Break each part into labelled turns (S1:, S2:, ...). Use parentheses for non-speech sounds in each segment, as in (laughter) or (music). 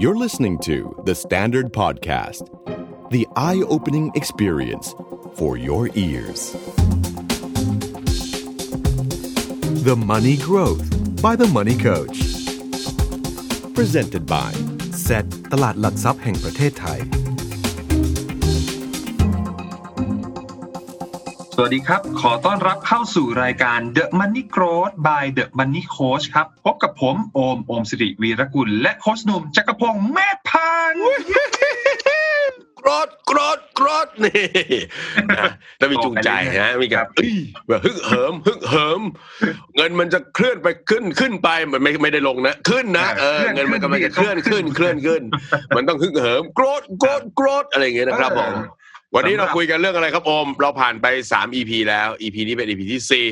S1: You're listening to The Standard Podcast, the eye opening experience for your ears. The Money Growth by The Money Coach. Presented by
S2: เซตตลาดหลักทรัพย์แห่งประเทศไทย
S3: สวัสดีครับ ขอต้อนรับเข้าสู่รายการ The Money Growth by The Money Coach ครับ พบกับผมโอม โอมสิริวีรกุล และโค้ชหนุ่มจักรพงศ์แม่พันธุ์
S4: กรอดกรอดกรอดนี่นะแล้วมีจูงใจนะมีการเอ้ยแบบฮึกเหิมฮึกเหิม เงินมันจะเคลื่อนไปขึ้นขึ้นไปมันไม่ไม่ได้ลงนะ ขึ้นนะเออเงินมันกำลังจะเคลื่อนขึ้นเคลื่อนขึ้น มันต้องฮึกเหิมกรอดกรอดกรอดอะไรอย่างเงี้ยนะครับผมวันนี้เราคุยกันเรื่องอะไรครับโอม เราผ่านไปสาม EP แล้ว EP นี้เป็น EP ที่สี่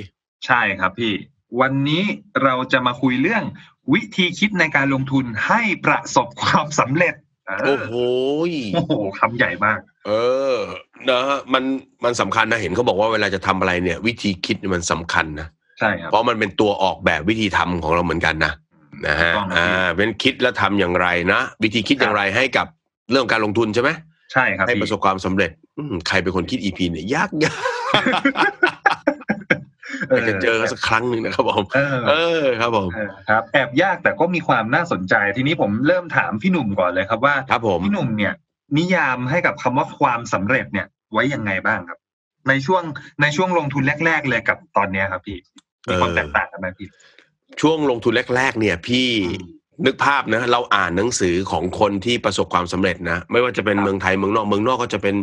S3: ใช่ครับพี่ วันนี้เราจะมาคุยเรื่องวิธีคิดในการลงทุนให้ประสบความสำเร็จเ
S4: โอ้โหย
S3: โอ้โหคำใหญ่มาก
S4: เออนะฮะมันมันสำคัญนะเห็นเขาบอกว่าเวลาจะทำอะไรเนี่ย วิธีคิดเนี่ยมันสำคัญนะ
S3: ใช่ครับ
S4: เพราะมันเป็นตัวออกแบบวิธีทำของเราเหมือนกันนะนะฮะ
S3: ถูกต้องครับ
S4: อ่าเป็นคิดแล้วทำอย่างไรนะ วิธีคิด
S3: ครับ
S4: อย่างไรให้กับเรื่องการลงทุนใช่ไหม
S3: ใช่ครับ
S4: ให้
S3: พี่
S4: ประสบความสำเร็จอืมใครเป็นคนคิดอีพีเนี่ยยากยากอยากจะเจอกันสักครั้งหนึ่งนะครับผม
S3: เออ
S4: เออครับผม
S3: เออครับแอบยากแต่ก็มีความน่าสนใจทีนี้ผมเริ่มถามพี่หนุ่มก่อนเลยครับว่า
S4: ครับผม
S3: พี่หนุ่มเนี่ย นิยามให้กับคำว่าความสำเร็จเนี่ย ไว้ยังไงบ้างครับ ในช่วงในช่วงลงทุนแรก ๆ เลยกับตอนเนี้ยครับพี่มีความแตกต่างกันไหมพี่
S4: ช่วงลงทุนแรก ๆ เนี่ยพี่นึกภาพนะเราอ่านหนังสือของคนที่ประสบความสำเร็จนะ ไม่ว่าจะเป็นเมืองไทยเมืองนอกเมืองนอกก็จะเป็น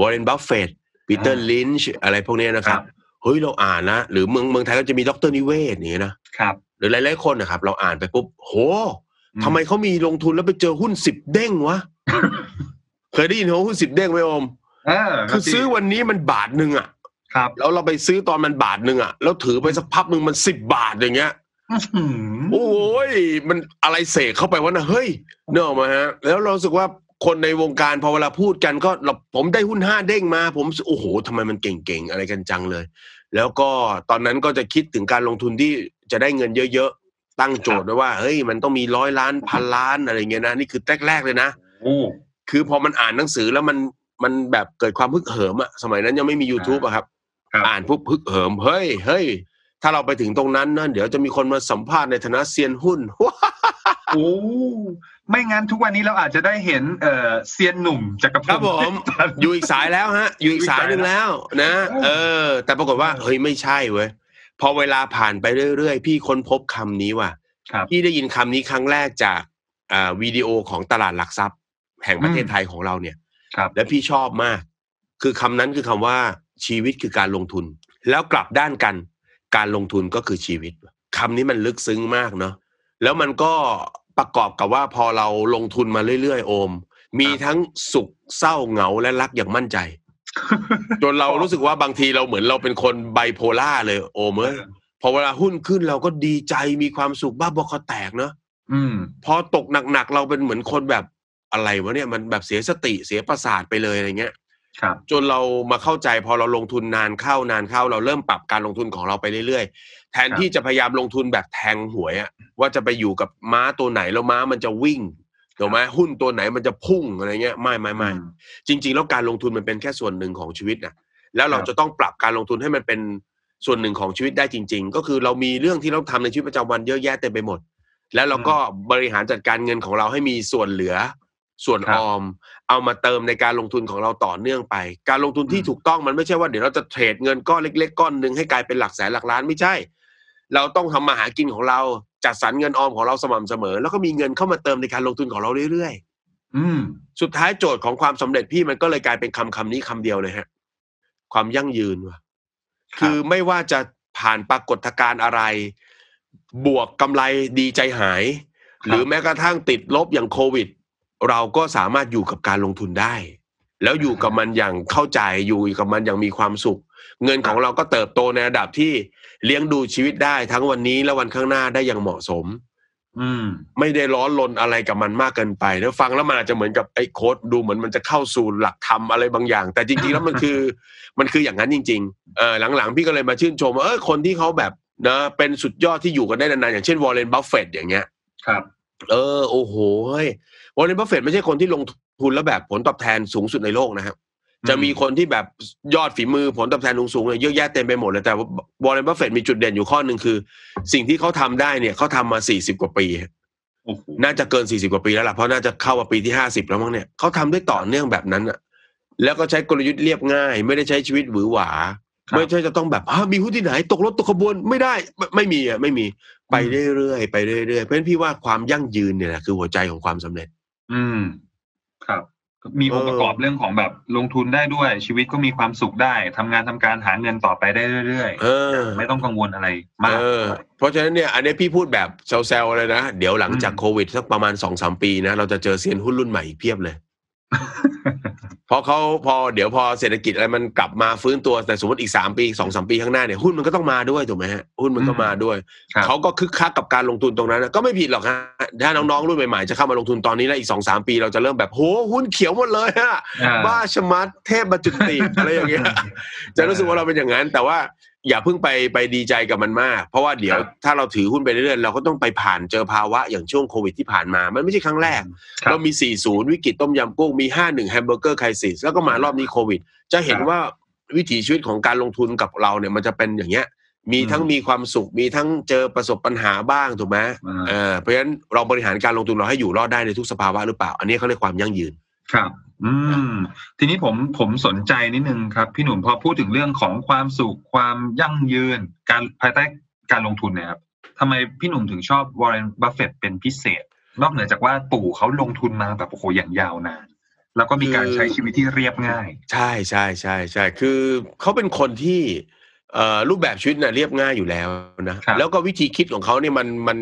S4: วอร์เรนบัฟเฟตปีเตอร์ลินช์อะไรพวกเนี้ยนะครับ เฮ้ยเราอ่านนะหรือเมืองเมืองไทยก็จะมีดรนิเวศน์อย่างเงี้ยนะครับ หรือหลายๆคนนะครับ เราอ่านไปปุ๊บโหทำไมเขามีลงทุนแล้วไปเจอหุ้นสิบเด้งวะ เคยได้ยินเหรอหุ้นสิบเด้งไหมโอม
S3: เออ
S4: คือซื้อ
S3: วัน
S4: วันนี้มันบาทหนึ่งอะ
S3: ครับ
S4: แล้วเราไปซื้อตอนมันบาทหนึ่งอะแล้วถือไปสักพักหนึ่งมันสิบบาทอย่างเงี้ย
S3: อื้อหือ
S4: โอ้ยมันอะไรเสกเข้าไปวะนะเฮ้ยเนกออกไหมาฮะแล้วเรารู้สึกว่าคนในวงการพอเวลาพูดกันก็เราผมได้หุ้นห้าเด้งมา ผมโอ้โหทำไมมันเก่งๆ อะไรกันจังเลย แล้วก็ตอนนั้นก็จะคิดถึงการลงทุนที่จะได้เงินเยอะๆ ตั้งโจทย์ไว้ว่าเฮ้ยมันต้องมีร้อยล้านพันล้านอะไรเงี้ยนะนี่คือแรกๆเลยนะ
S3: โอ้
S4: คือพอมันอ่านหนังสือแล้วมันมันแบบเกิดความฮึกเหิมอะสมัยนั้นยังไม่มี YouTube อะครับ
S3: ครับ
S4: อ่านปุ๊บฮึกเหิมเฮ้ยเฮ้ยถ้าเราไปถึงตรงนั้นนะเดี๋ยวจะมีคนมาสัมภาษณ์ในฐานะเซียนหุ้น (laughs)
S3: โอ้ไม่งั้นทุกวันนี้เราอาจจะได้เห็นเอ่อเซียนหนุ่มจักรพงศ์
S4: ครับผม อยู่อีกสายแล้วฮะ อยู่อีกสายหนึ่งแล้วนะ เออ แต่ปรากฏว่าเฮ้ยไม่ใช่เว้ยพอเวลาผ่านไปเรื่อยๆ พี่ค้นพบคำนี้ว่ะ
S3: ครับ
S4: พี่ได้ยินคำนี้ครั้งแรกจากอ่าวิดีโอของตลาดหลักทรัพย์ แห่งประเทศไทยของเราเนี่ย
S3: ครับ
S4: และพี่ชอบมาก คือคำนั้นคือคำว่าชีวิตคือการลงทุน แล้วกลับด้านกัน การลงทุนก็คือชีวิตคำนี้มันลึกซึ้งมากเนาะ แล้วมันก็ประกอบกับว่าพอเราลงทุนมาเรื่อยๆ โอม มีทั้งสุขเศร้าเหงาและรักอย่างมั่นใจ จนเรารู้สึกว่าบางทีเราเหมือนเราเป็นคนไบโพล่าเลยโอมเอ้ยพอเวลาหุ้นขึ้นเราก็ดีใจมีความสุขบ้าบอคอแตกเนาะ
S3: อืม
S4: พอตกหนักๆเราเป็นเหมือนคนแบบอะไรวะเนี่ยมันแบบเสียสติเสียประสาทไปเลยอะไรเงี้ย
S3: ครับ
S4: จนเรามาเข้าใจพอเราลงทุนนานเข้านานเข้าเราเริ่มปรับการลงทุนของเราไปเรื่อยๆ แทนที่จะพยายามลงทุนแบบแทงหวยอะว่าจะไปอยู่กับม้าตัวไหนแล้วม้ามันจะวิ่งถูกไหมหุ้นตัวไหนมันจะพุ่งอะไรเงี้ยไม่ไม่ไม่จริง ๆ แล้วการลงทุนมันเป็นแค่ส่วนหนึ่งของชีวิตนะแล้วเรา
S3: ครับ
S4: จะต้องปรับการลงทุนให้มันเป็นส่วนหนึ่งของชีวิตได้จริง ๆ ก็คือเรามีเรื่องที่เราทำในชีวิตประจำวันเยอะแยะเต็มไปหมด แล้วเราก็บริหารจัดการเงินของเราให้มีส่วนเหลือ ส่วน
S3: ครั
S4: อบ อม เอามาเติมในการลงทุนของเราต่อเนื่องไป การลงทุนที่
S3: อืม
S4: ถูกต้องมันไม่ใช่ว่าเดี๋ยวเราจะเทรดเงินก้อนเล็ก ๆ ก้อนหนึ่งให้กลายเป็นหลักแสนหลักล้านไม่ใช่ เราต้องทำมาหากินของเราจัดสรรเงินออมของเราสม่ำเสมอ แล้วก็มีเงินเข้ามาเติมในการลงทุนของเราเรื่อย
S3: อืม
S4: ๆ สุดท้ายโจทย์ของความสำเร็จพี่มันก็เลยกลายเป็นคำคำนี้คำเดียวเลยฮะความยั่งยืนว่ะ
S3: ครับ
S4: คือไม่ว่าจะผ่านปรากฏการณ์อะไร บวกกำไรดีใจหาย หรือแม้กระทั่งติดลบอย่างโควิด เราก็สามารถอยู่กับการลงทุนได้ แล้วอยู่กับมันอย่างเข้าใจอยู่กับมันอย่างมีความสุข เงินของเราก็เติบโตในระดับที่เลี้ยงดูชีวิตได้ทั้งวันนี้และวันข้างหน้าได้อย่างเหมาะสม
S3: อืม
S4: ไม่ได้ร้อนรนอะไรกับมันมากเกินไปแล้วฟังแล้วมันอาจจะเหมือนกับไอ้โค้ดดูเหมือนมันจะเข้าสู่หลักธรรมอะไรบางอย่าง แต่จริงๆแล้วมันคือ (laughs) มันคืออย่างนั้นจริงๆเออหลังๆ พี่ก็เลยมาชื่นชมว่าเออคนที่เขาแบบนะเป็นสุดยอดที่อยู่กันได้นานๆอย่างเช่นวอร์เรนบัฟเฟตอย่างเงี้ย
S3: ครับ
S4: เออโอ้โหเฮ้ยวอร์เรนบัฟเฟตไม่ใช่คนที่ลงทุนแล้วแบบผลตอบแทนสูงสุดในโลกนะครับจะมีคนที่แบบยอดฝีมือผลตอบแทนสูงๆเนี่ยเยอะแยะเต็มไปหมดเลยแต่วอร์เรนบัฟเฟตมีจุดเด่นอยู่ข้อหนึ่งคือ สิ่งที่เขาทำได้เนี่ยเขาทำมาสี่สิบกว่าปี
S3: โอ้โห
S4: น่าจะเกินสี่สิบกว่าปีแล้วล่ะเพราะน่าจะเข้ามาปีที่ห้าสิบแล้วมั้งเนี่ยเขาทำได้ต่อเนื่องแบบนั้นอะแล้วก็ใช้กลยุทธ์เรียบง่าย ไม่ได้ใช้ชีวิตหวือหวา ไม่ใช่จะต้องแบบอ้าวมีหุ้นที่ไหน ตกรถตกขบวนไม่ได้ไม่ไม่มีอ่ะไม่มีไปเรื่อยๆไปเรื่อยๆเพราะฉะนั้นพี่ว่าความยั่งยืนเนี่ยแหละคือหัวใจของความสำเร็จ
S3: อืม ครับ มีองค์ประกอบเรื่องของแบบลงทุนได้ด้วย ชีวิตก็มีความสุขได้ทำงานทำการหาเงินต่อไปได้เรื่อย
S4: เออ
S3: ๆ ไม่ต้องกังวลอะไรมาก
S4: เออเพราะฉะนั้นเนี่ยอันนี้พี่พูดแบบแซวๆเลยนะ เดี๋ยวหลังจาก
S3: อืม
S4: โควิดสักประมาณสองสามปีนะ เราจะเจอเซียนหุ้นรุ่นใหม่อีกเพียบ
S3: (laughs)
S4: เลย เพราะเขาพอเดี๋ยวพอเศรษฐกิจอะไรมันกลับมาฟื้นตัวแต่สมมติอีกสามปีสองสามปีข้างหน้าเนี่ยหุ้นมันก็ต้องมาด้วยถูกไหมฮะหุ้นมันก็มาด้วย
S3: ครับ
S4: เขาก็คึกคักกับการลงทุนตรงนั้นนะก็ไม่ผิดหรอกฮะถ้าน้องๆรุ่นใหม่ๆจะเข้ามาลงทุนตอนนี้แล้วอีกสองสามปีเราจะเริ่มแบบโหหุ้นเขียวหมดเลยฮะ
S3: อ่
S4: บ้าชะมัดเทพมาจุติ (laughs) อะไรอย่างเงี้ย
S3: (laughs)
S4: จะรู้สึกว่าเราเป็นอย่างนั้น แต่ว่าอย่าเพิ่งไปไปดีใจกับมันมาก เพราะว่าเดี๋ยวถ้าเราถือหุ้นไปเรื่อยๆเราก็ต้องไปผ่านเจอภาวะอย่างช่วงโควิดที่ผ่านมา มันไม่ใช่ครั้งแรก
S3: ครับ
S4: เรามี 40 วิกฤตต้มยำกุ้ง มี 51 แฮมเบอร์เกอร์ไครซิสแล้วก็มารอบนี้โควิด จะเห็นว่าวิถีชีวิตของการลงทุนกับเราเนี่ยมันจะเป็นอย่างเงี้ย มีทั้ง
S3: อืม
S4: มีความสุข มีทั้งเจอประสบปัญหาบ้างถูกไหม
S3: อ่า
S4: เออเพราะฉะนั้นเราบริหารการลงทุนเราให้อยู่รอดได้ในทุกสภาวะหรือเปล่า อันนี้เขาเรียกความยั่งยืน
S3: ครับ อืม ทีนี้ผมผมสนใจนิดนึงครับ พี่หนุ่มพอพูดถึงเรื่องของความสุขความยั่งยืน การภายใต้การลงทุนเนะครับทำไมพี่หนุ่มถึงชอบวอร์เรนบัฟเฟตเป็นพิเศษ นอกเหนือจากว่าปู่เขาลงทุนมาแบบโอ้โหอย่างยาวนาน แล้วก็มีการใช้ชีวิตที่เรียบง่าย
S4: ใช่ใช่ใช่ใช่คือเขาเป็นคนที่เอ่อรูปแบบชีวิตน่ะเรียบง่ายอยู่แล้วนะครับ แล้วก็วิธีคิดของเขาเนี่ยมันมัน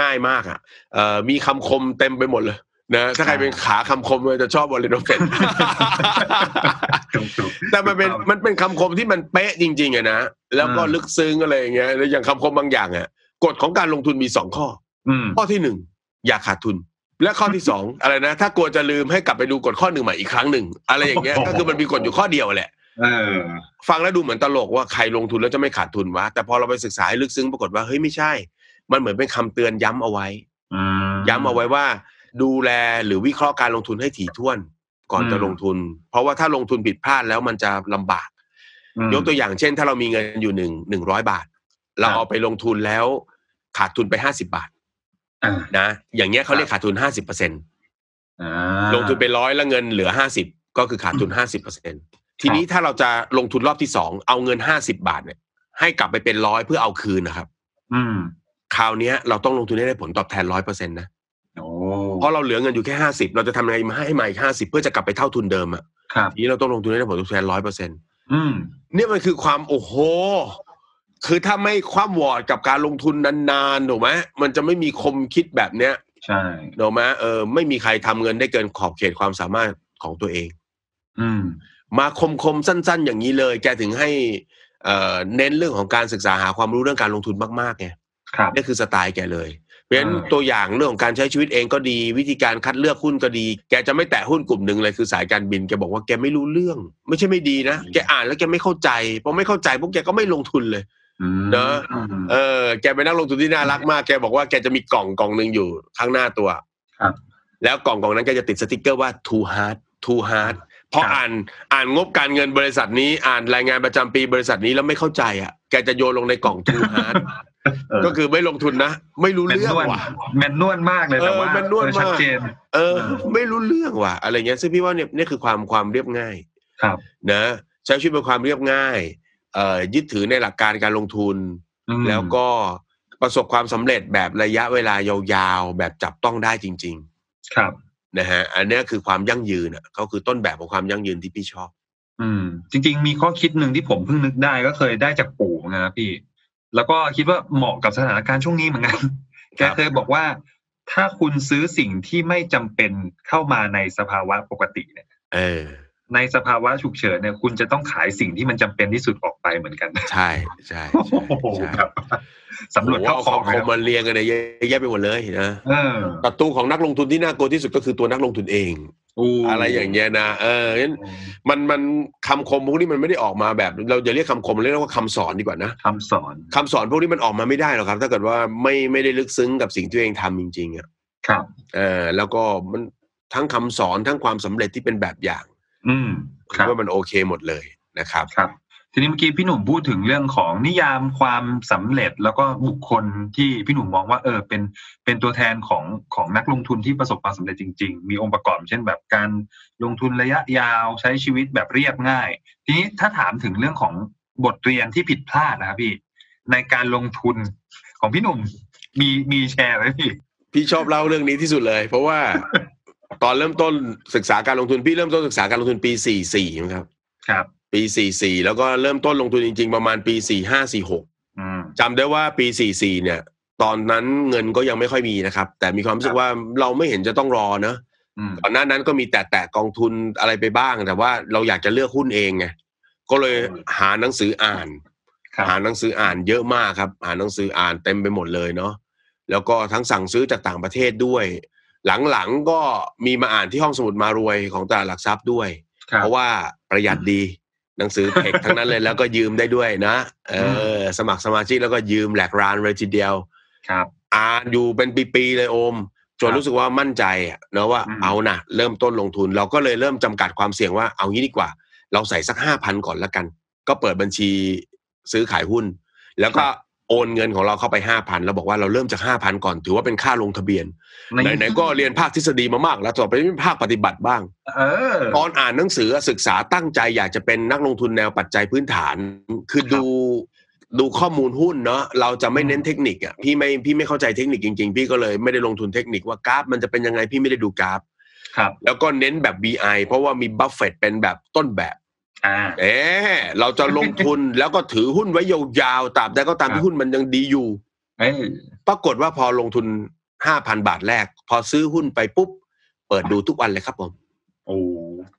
S4: ง่ายมากอ่ะเอ่อมีคำคมเต็มไปหมดเลยนะถ้าใครเป็นขาคำคมเลยจะชอบวอลเลนโดเฟน (laughs)
S3: ถูกถูก
S4: แต่มันเป็นมันเป็นคำคมที่มันเป๊ะจริงๆอะนะแล้วก็
S3: อืม
S4: ลึกซึ้งอะไรอย่างเงี้ยแล้วอย่างคำคมบางอย่างอ่ะกฎของการลงทุนมีสองข้อ
S3: อืม
S4: ข้อที่หนึ่งอย่าขาดทุน และข้อที่สอง อะไรนะ ถ้ากลัวจะลืมให้กลับไปดูกฎข้อหนึ่งใหม่อีกครั้งหนึ่งอะไรอย่างเงี้ยก็คือมันมีกฎอยู่ข้อเดียวแหละ
S3: เออ
S4: ฟังแล้วดูเหมือนตลกว่าใครลงทุนแล้วจะไม่ขาดทุนวะแต่พอเราไปศึกษาให้ลึกซึ้งปรากฏว่าเฮ้ยไม่ใช่ มันเหมือนเป็นคำเตือนย้ำเอาไว้
S3: อืม
S4: ย้ำเอาไว้ว่า ดูแลหรือวิเคราะห์การลงทุนให้ถี่ถ้วน ก่อนจะ
S3: อืม
S4: ลงทุน เพราะว่าถ้าลงทุนผิดพลาดแล้วมันจะลำบาก
S3: อืม
S4: ยกตัวอย่างเช่น ถ้าเรามีเงินอยู่หนึ่งหนึ่งร้อยบาท เรา
S3: ครับ
S4: เอาไปลงทุนแล้วขาดทุนไปห้าสิบาท
S3: อ่า
S4: นะอย่างเงี้ยเขาเรียกขาดทุนห้าสิบเปอร์เซ็นต
S3: อ่า
S4: ลงทุนไปร้อยแล้วเงินเหลือห้าสิบก็คือขาดทุนห้าสิบเปอร์เซ็นทีนี้ถ้าเราจะลงทุนรอบที่สองเอาเงินห้าสิบาทเนี่ยให้กลับไปเป็นร้อยเพื่อเอาคืนนะครับ
S3: อืม
S4: คราวเนี้ยเราต้องลงทุนให้ได้ผลตอบแทนร้อยเปอร์เซ็นต์นะ
S3: โอ้
S4: เพราะเราเหลือเงินอยู่แค่ห้าสิบเราจะทำยังไงมาให้ใหม่ห้าสิบเพื่อจะกลับไปเท่าทุนเดิมอ่ะ
S3: ครับ
S4: ทีนี้เราต้องลงทุนให้ได้ผลตอบแทนร้อยเปอร์เซ็นต์
S3: อืม
S4: เนี่ยมันคือความโอ้โห คือถ้าไม่คว่ำวอร์ดกับการลงทุนนานๆถูกไหมมันจะไม่มีคมคิดแบบเนี้ย
S3: ใช่
S4: ถูกไหมเออไม่มีใครทำเงินได้เกินขอบเขตความสามารถของตัวเอง
S3: อืม
S4: มาคมคมๆสั้น ๆ อย่างนี้เลย แกถึงให้เอ่อเน้นเรื่องของการศึกษาหาความรู้เรื่องการลงทุนมากๆไง
S3: ครับ
S4: นี่คือสไตล์แกเลย เพราะฉะนั้น
S3: อ่า
S4: ตัวอย่างเรื่องของการใช้ชีวิตเองก็ดี วิธีการคัดเลือกหุ้นก็ดี แกจะไม่แตะหุ้นกลุ่มหนึ่งเลยคือสายการบินแกบอกว่าแกไม่รู้เรื่อง ไม่ใช่ไม่ดีนะ แกอ่านแล้วแกไม่เข้าใจพอไม่เข้าใจพวกแกก็ไม่ลงทุนเลย
S3: อืม
S4: เนอะ
S3: ม
S4: เออแกเป็นนักลงทุนที่น่ารักมาก แกบอกว่าแกจะมีกล่องกล่องหนึ่งอยู่ข้างหน้าตัว
S3: ครับ
S4: แล้วกล่องกล่องนั้นแกจะติดสติกเกอร์ว่า too hard too hard พอ
S3: ครับ
S4: อ่านอ่านงบการเงินบริษัทนี้อ่านรายงานประจำปีบริษัทนี้แล้วไม่เข้าใจอ่ะแกจะโยนลงในกล่อง too
S3: (laughs)
S4: hard
S3: เออ
S4: ก็คือไม่ลงทุนนะ ไม่รู้
S3: แมน
S4: เรื่อน ง
S3: วล
S4: ว่ะ
S3: แมนนวลมากเลย
S4: เออ
S3: แต่ว่า
S4: แมนนวล
S3: เออชัด
S4: มาก
S3: เจน
S4: เออ
S3: เออ
S4: ไม่รู้เรื่องว่ะอะไรเงี้ยซึ่งพี่ว่าเนี่ยนี่คือความความเรียบง่าย
S3: ครับ
S4: นะใช้ชีวิตเป็นความเรียบง่ายเอ่อยึดถือในหลักการการลงทุน
S3: อืม
S4: แล้วก็ประสบความสำเร็จแบบระยะเวลายาวๆ แบบจับต้องได้จริง
S3: ครับ
S4: ๆ นะฮะ อันเนี้ยคือความยั่งยืนอ่ะเขาคือต้นแบบของความยั่งยืนที่พี่ชอบ
S3: อืม จริง ๆ มีข้อคิดหนึ่งที่ผมเพิ่งนึกได้ก็เคยได้จากปู่เหมือนกันนะพี่ แล้วก็คิดว่าเหมาะกับสถานการณ์ช่วงนี้เหมือนกันแกเคยบอกว่า ถ้าคุณซื้อสิ่งที่ไม่จำเป็นเข้ามาในสภาวะปกติเนี่ย
S4: เออ
S3: ในสภาวะฉุกเฉินเนี่ยคุณจะต้องขายสิ่งที่มันจำเป็นที่สุดออกไปเหมือนกัน
S4: ใช่ใช่
S3: โอ้โห
S4: ใช่ใช่
S3: ครับ (laughs) สำรวจเข้า
S4: โโห
S3: ของ
S4: ค
S3: เลย
S4: มมาเรียงกันเนี่ยเยอะแยะไปหมดเลยนะ
S3: เออ
S4: ศัตรูของนักลงทุนที่น่ากลัวที่สุดก็คือตัวนักลงทุนเอง อะไรอย่างเงี้ยนะเอองั้นมันมันคำคมพวกนี้มันไม่ได้ออกมาแบบ เราจะเรียกคำคมเรียกว่าคำสอนดีกว่านะ
S3: คำสอน
S4: คำสอนพวกนี้มันออกมาไม่ได้หรอกครับ ถ้าเกิดว่าไม่ไม่ได้ลึกซึ้งกับสิ่งที่ตัวเองทำจริงๆอะ
S3: ครับ
S4: เออแล้วก็มันทั้งคำสอนทั้งความสำเร็จที่เป็นแบบอย่าง
S3: อืม
S4: ผม
S3: ครับ
S4: ว่ามันโอเคหมดเลยนะครับ
S3: ครับ ทีนี้เมื่อกี้พี่หนุ่มพูดถึงเรื่องของนิยามความสำเร็จแล้วก็บุคคลที่พี่หนุ่มมองว่าเออเป็นเป็นตัวแทนของของนักลงทุนที่ประสบความสำเร็จจริง ๆ มีองค์ประกอบเช่นแบบการลงทุนระยะยาวใช้ชีวิตแบบเรียบง่าย ทีนี้ถ้าถามถึงเรื่องของบทเรียนที่ผิดพลาดนะครับพี่ ในการลงทุนของพี่หนุ่มมีมีแชร์ไหมพี่
S4: พี่ชอบเล่าเรื่องนี้ที่สุดเลย เพราะ
S3: (laughs)
S4: ว่า ตอนเริ่มต้นศึกษาการลงทุนพี่เริ่มต้นศึกษาการลงทุนปีสี่สี่ครับ
S3: ครับ
S4: ปีสี่สี่แล้วก็เริ่มต้นลงทุนจริง ๆ ประมาณปีสี่ห้าสี่หก
S3: อืม
S4: จำได้ว่าปีสี่สี่เนี่ย ตอนนั้นเงินก็ยังไม่ค่อยมีนะครับ แต่มีความรู้สึ
S3: ครั
S4: ก
S3: บ
S4: ว่าเราไม่เห็นจะต้องรอเนอะ
S3: อืม
S4: ก่อนหน้านั้นก็มีแต่แตะกองทุนอะไรไปบ้าง แต่ว่าเราอยากจะเลือกหุ้นเองไงก็เลยหาหนังสืออ่าน
S3: ครับ
S4: หาหนังสืออ่านเยอะมากครับหาหนังสืออ่านเต็มไปหมดเลยเนาะแล้วก็ทั้งสั่งซื้อจากต่างประเทศด้วย หลังๆก็มีมาอ่านที่ห้องสมุดมารวยของตลาดหลักทรัพย์ด้วย
S3: ครับ
S4: เพราะว่าประหยัดดีหนังสือเทคทั้งนั้นเลย แล้วก็ยืมได้ด้วยนะเออสมัครสมาชิกแล้วก็ยืมแหลกรานเลยทีเดียว
S3: ครับ
S4: อ่านอยู่เป็นปีๆเลยโอม จ
S3: ค
S4: น
S3: รับ
S4: รู้สึกว่ามั่นใจอะเนอะว่า
S3: อืม
S4: เอานะเริ่มต้นลงทุน เราก็เลยเริ่มจำกัดความเสี่ยงว่าเอางี้ดีกว่า เราใส่สักห้าพันก่อนละกัน ก็เปิดบัญชีซื้อขายหุ้น แล้วก็โอนเงินของเราเข้าไปห้าพันเราบอกว่าเราเริ่มจากห้าพันก่อนถือว่าเป็นค่าลงทะเบียนไหนๆก็เรียนภาคทฤษฎีมามาก แล้วต่อไปเป็นภาคปฏิบัติบ้าง
S3: เออ
S4: ตอนอ่านหนังสือศึกษาตั้งใจอยากจะเป็นนักลงทุนแนวปัจจัยพื้นฐาน คือ
S3: ครับ
S4: ดูดูข้อมูลหุ้นเนาะเราจะไม่
S3: อืม
S4: เน้นเทคนิคอ่ะพี่ไม่พี่ไม่เข้าใจเทคนิคจริงๆ พี่ก็เลยไม่ได้ลงทุนเทคนิคว่ากราฟมันจะเป็นยังไงพี่ไม่ได้ดูกราฟ
S3: ครับ
S4: แล้วก็เน้นแบบ BI เพราะว่ามีบัฟเฟตเป็นแบบต้นแบบ
S3: อ่า
S4: เอ๊ะเราจะลงทุน แล้วก็ถือหุ้นไว้ยาวๆตราบใดก็ตา
S3: ค
S4: ม
S3: รับ
S4: ที่หุ้นมันยังดีอยู่
S3: เอ้ย
S4: ปรากฏว่าพอลงทุน 5,000 บาทแรก พอซื้อหุ้นไปปุ๊บ เปิดดูทุกวันเลยครับผม
S3: โอ้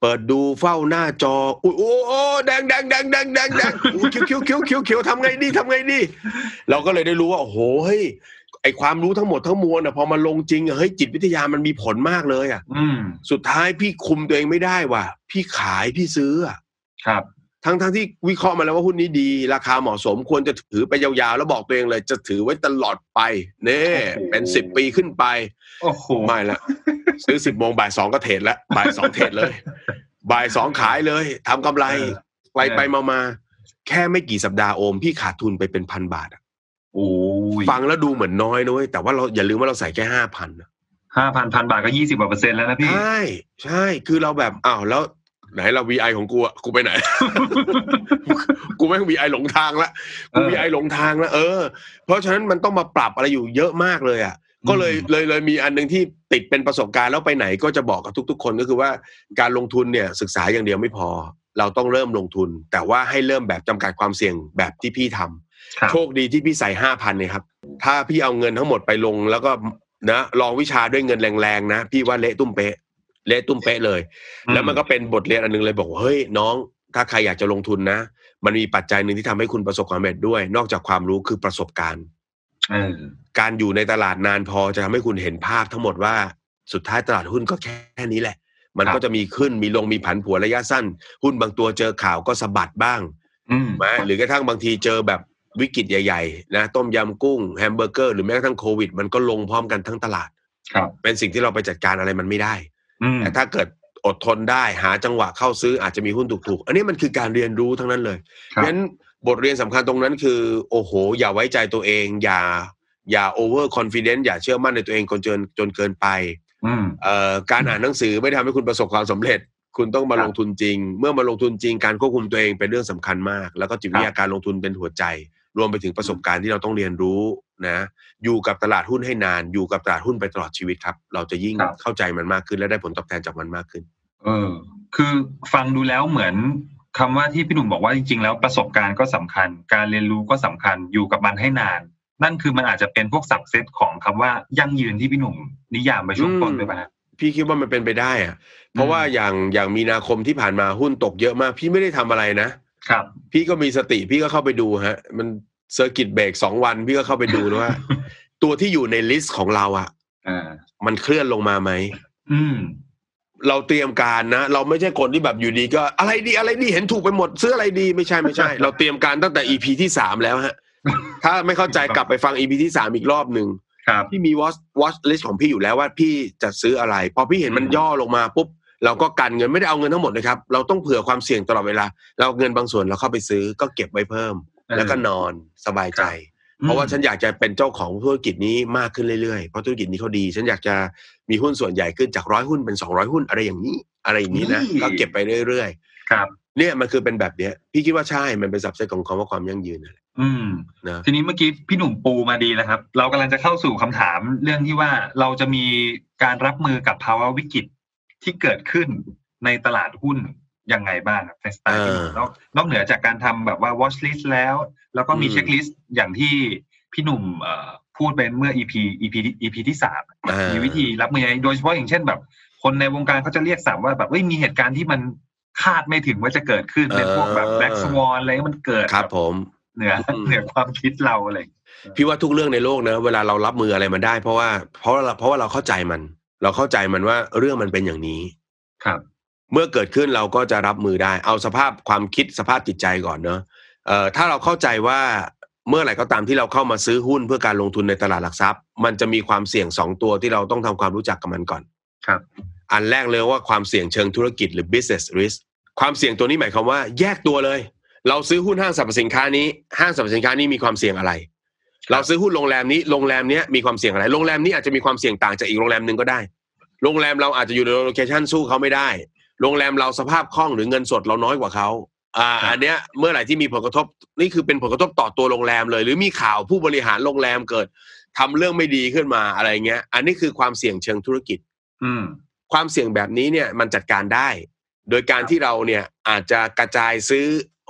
S4: เปิดดูเฝ้าหน้าจออุ้ยโอ้โอ้แดงแดงแดงแดงแดงแดงอุ๊ยเขียวเขียวเขียวเขียวเขียวทำไงดีทำไงดี เราก็เลยได้รู้ว่าโอ้โหเฮ้ยไอความรู้ทั้งหมดทั้งมวลอ่ะพอมาลงจริงอะเฮ้ยจิตวิทยามันมีผลมากเลยอ่ะ
S3: อืม
S4: สุดท้ายพี่คุมตัวเองไม่ได้ว่ะ พี่ขายพี่ซื้ออะ
S3: ครับ
S4: ทั้งทั้งที่วิเคราะห์มาแล้วว่าหุ้นนี้ดี ราคาเหมาะสมควรจะถือไปยาวๆ แล้วบอกตัวเองเลยจะถือไว้ตลอดไปเน่
S3: โอ้โห
S4: เป็นสิบปีขึ้นไป
S3: โอ้โห
S4: ไม่ละ ซื้อสิบโมงบ่ายสองก็เทรดละบ่ายสองเทรดเลย บ่ายสองขายเลยทำกำไร
S3: เออ
S4: ไปไปมามาแค่ไม่กี่สัปดาห์โอม พี่ขาดทุนไปเป็นพันบาทอะ
S3: โอ้ย
S4: ฟังแล้วดูเหมือนน้อยนะเว้ยแต่ว่าเราอย่าลืมว่าเราใส่แค่ห้าพัน
S3: ห้าพันพันบาทก็ยี่สิบกว่าเปอร์เซ็นต์แล้วนะพี่
S4: ใช่ใช่คือเราแบบอ้าวแล้วไหนเรา VI ของกูอะกูไปไหน กูแม่ง VI หลงทางละกู
S3: เออ
S4: VI หลงทางละเออ เพราะฉะนั้นมันต้องมาปรับอะไรอยู่เยอะมากเลยอ่ะ ก็เลย
S3: อืม
S4: เลยเลยมีอันหนึ่งที่ติดเป็นประสบการณ์แล้วไปไหนก็จะบอกกับทุก ๆ คนก็คือว่าการลงทุนเนี่ยศึกษาอย่างเดียวไม่พอ เราต้องเริ่มลงทุน แต่ว่าให้เริ่มแบบจำกัดความเสี่ยงแบบที่พี่ทำ
S3: ครับ
S4: โชคดีที่พี่ใส่ห้าพันเนี่ยครับ ถ้าพี่เอาเงินทั้งหมดไปลงแล้วก็นะลองวิชาด้วยเงินแรงๆนะ พี่ว่าเละตุ้มเป๊ะเละตุ้มเป๊ะเลย
S3: อืม
S4: แล้วมันก็เป็นบทเรียนอันหนึงเลยบอกว่าเฮ้ยน้อง ถ้าใครอยากจะลงทุนนะ มันมีปัจจัยหนึ่งที่ทำให้คุณประสบความสำเร็จด้วย นอกจากความรู้คือประสบการณ์
S3: เออ
S4: การอยู่ในตลาดนานพอจะทำให้คุณเห็นภาพทั้งหมดว่าสุดท้ายตลาดหุ้นก็แค่นี้แหละ มั
S3: ค
S4: น
S3: รับ
S4: ก็จะมีขึ้นมีลงมีผันผวนระยะสั้น หุ้นบางตัวเจอข่าวก็สะบัดบ้าง
S3: อืม
S4: ไหมหรือกระทั่งบางทีเจอแบบวิกฤตใหญ่ๆนะต้มยำกุ้งแฮมเบอร์เกอร์หรือแม้กระทั่งโควิด มันก็ลงพร้อมกันทั้งตลาด
S3: ครับ
S4: เป็นสิ่งที่เราไปจัดการอะไรมันไม่ได้
S3: อืม
S4: แต่ถ้าเกิดอดทนได้หาจังหวะเข้าซื้ออาจจะมีหุ้นถูกๆ อันนี้มันคือการเรียนรู้ทั้งนั้นเลย
S3: ครับ
S4: งั้นบทเรียนสำคัญตรงนั้นคือ โอ้โห อย่าไว้ใจตัวเอง อย่าอย่าโอเวอร์คอนฟ dence อย่าเชื่อมั่นในตัวเองจนเกินจนเกินไป
S3: อืม
S4: เอ่อการอ่านหนังสือไม่ได้ทำให้คุณประสบความสำเร็จ คุณต้องมา
S3: ครับ
S4: ลงทุนจริง เมื่อมาลงทุนจริงการควบคุมตัวเองเป็นเรื่องสำคัญมาก แล้วก็จิตวิท
S3: ครั
S4: ยา
S3: บ
S4: การลงทุนเป็นหัวใจ รวมไปถึงประสบการณ์ที่เราต้องเรียนรู้นะอยู่กับตลาดหุ้นให้นาน อยู่กับตลาดหุ้นไปตลอดชีวิตครับ เราจะยิ่ง
S3: ครับ
S4: เข้าใจมันมากขึ้นและได้ผลตอบแทนจากมันมากขึ้น
S3: เออ คือฟังดูแล้วเหมือนคำว่าที่พี่หนุ่มบอกว่าจริงๆ แล้วประสบการณ์ก็สำคัญ การเรียนรู้ก็สำคัญอยู่กับมันให้นาน นั่นคือมันอาจจะเป็นพวกสับเซตของคำว่ายั่งยืนที่พี่หนุ่มนิยามไปช่วงต้นด้วยป่ะฮะ
S4: พี่คิดว่ามันเป็นไปได้อะเพราะว่าอย่างอย่างมีนาคมที่ผ่านมาหุ้นตกเยอะมาก พี่ไม่ได้ทำอะไรนะ
S3: ครับ
S4: พี่ก็มีสติพี่ก็เข้าไปดูฮะ มันเซอร์กิตเบรกสองวัน พี่ก็เข้าไปดูนะว่า ตัวที่อยู่ในลิสต์ของเราอะ
S3: อ่า
S4: มันเคลื่อนลงมาไหม
S3: อืม
S4: เราเตรียมการนะ เราไม่ใช่คนที่แบบอยู่ดีก็อะไรดีอะไรดีเห็นถูกไปหมดซื้ออะไรดีไม่ใช่ไม่ใช่ เราเตรียมการตั้งแต่ EP ที่สามแล้วฮะ ถ้าไม่เข้าใจกลับไปฟัง EP ที่สามอีกรอบหนึ่ง
S3: ครับ
S4: พี่มีวอชวอชลิสของพี่อยู่แล้วว่าพี่จะซื้ออะไร พอพี่เห็นมันย่อลงมาปุ๊บเราก็กันเงินไม่ได้เอาเงินทั้งหมดนะครับ เราต้องเผื่อความเสี่ยงตลอดเวลา เราเอาเงินบางส่วนเราเข้าไปซื้อก็เก็บไว้เพิ่ม แล้วก็นอนสบายใจ เพราะว่าฉันอยากจะเป็นเจ้าของธุรกิจนี้มากขึ้นเรื่อยๆ เพราะธุรกิจนี้เขาดี ฉันอยากจะมีหุ้นส่วนใหญ่ขึ้นจากร้อยหุ้นเป็นสองร้อยหุ้นอะไรอย่างนี้ อะไรอย่างนี้นะ
S3: นี่
S4: ก็เก็บไปเรื่อย
S3: ครับ
S4: ๆ เนี่ยมันคือเป็นแบบเนี้ย พี่คิดว่าใช่ มันเป็นสับเซตของคำว่าความยั่งยืนนั่นแหละ
S3: อืม
S4: นะ
S3: ทีนี้เมื่อกี้พี่หนุ่มปูมาดีแล้วครับ เรากำลังจะเข้าสู่คำถามเรื่องที่ว่าเราจะมีการรับมือกับภาวะวิกฤตที่เกิดขึ้นในตลาดหุ้นยังไงบ้างครับในสไตล์พี่หนุ่ม
S4: อ่าน
S3: อกนอกเหนือจากการทำแบบว่า watch list แล้ว แล้วก็มี
S4: อืม
S3: เช็คลิสต์อย่างที่พี่หนุ่มเอ่อพูดไปเมื่อ EP EP ที่ EP ที่สาม
S4: อ่า
S3: มีวิธีรับมือยังไงโดยเฉพาะอย่างเช่นแบบ คนในวงการเขาจะเรียกสามว่าแบบเอ้ยมีเหตุการณ์ที่มันคาดไม่ถึงว่าจะเกิดขึ้น
S4: เออ
S3: เป็นพวกแบบแบล็กสวอนอะไรมันเกิด
S4: ครับ
S3: แบบ
S4: ผม
S3: เหนือ
S4: (laughs) อืม
S3: เหนือความคิดเราอะไรอย่างเงี้ย
S4: พี่ว่าทุกเรื่องในโลกนะเวลาเรารับมืออะไรมาได้ เพราะว่าเพราะเราเพราะว่าเราเข้าใจมัน เราเข้าใจมันว่าเรื่องมันเป็นอย่างนี้
S3: ครับ
S4: เมื่อเกิดขึ้นเราก็จะรับมือได้ เอาสภาพความคิดสภาพจิตใจก่อนเนอะเอ่อถ้าเราเข้าใจว่าเมื่อไหร่ก็ตามที่เราเข้ามาซื้อหุ้นเพื่อการลงทุนในตลาดหลักทรัพย์ มันจะมีความเสี่ยงสองตัวที่เราต้องทำความรู้จักกับมันก่อน
S3: ครับ
S4: อันแรกเลยว่าความเสี่ยงเชิงธุรกิจหรือ business risk ความเสี่ยงตัวนี้หมายความว่าแยกตัวเลย เราซื้อหุ้นห้างสรรพสินค้านี้ ห้างสรรพสินค้านี้มีความเสี่ยงอะไร เราซื้อหุ้นโรงแรมนี้โรงแรมเนี้ยมีความเสี่ยงอะไร โรงแรมนี้อาจจะมีความเสี่ยงต่างจากอีกโรงแรมหนึ่งก็ได้ โรงแรมเราอาจจะอยู่ในโลเคชันสู้เขาไม่ได้ โรงแรมเราสภาพคล่องหรือเงินสดเราน้อยกว่าเขาอ่า
S3: ครับ
S4: อันเนี้ยเมื่อไหร่ที่มีผลกระทบนี่คือเป็นผลกระทบต่อตัวโรงแรมเลย หรือมีข่าวผู้บริหารโรงแรมเกิดทำเรื่องไม่ดีขึ้นมาอะไรเงี้ย อันนี้คือความเสี่ยงเชิงธุรกิจ
S3: อืม
S4: ความเสี่ยงแบบนี้เนี่ยมันจัดการได้ โดยการที่เราเนี่ยอาจจะกระจายซื้อ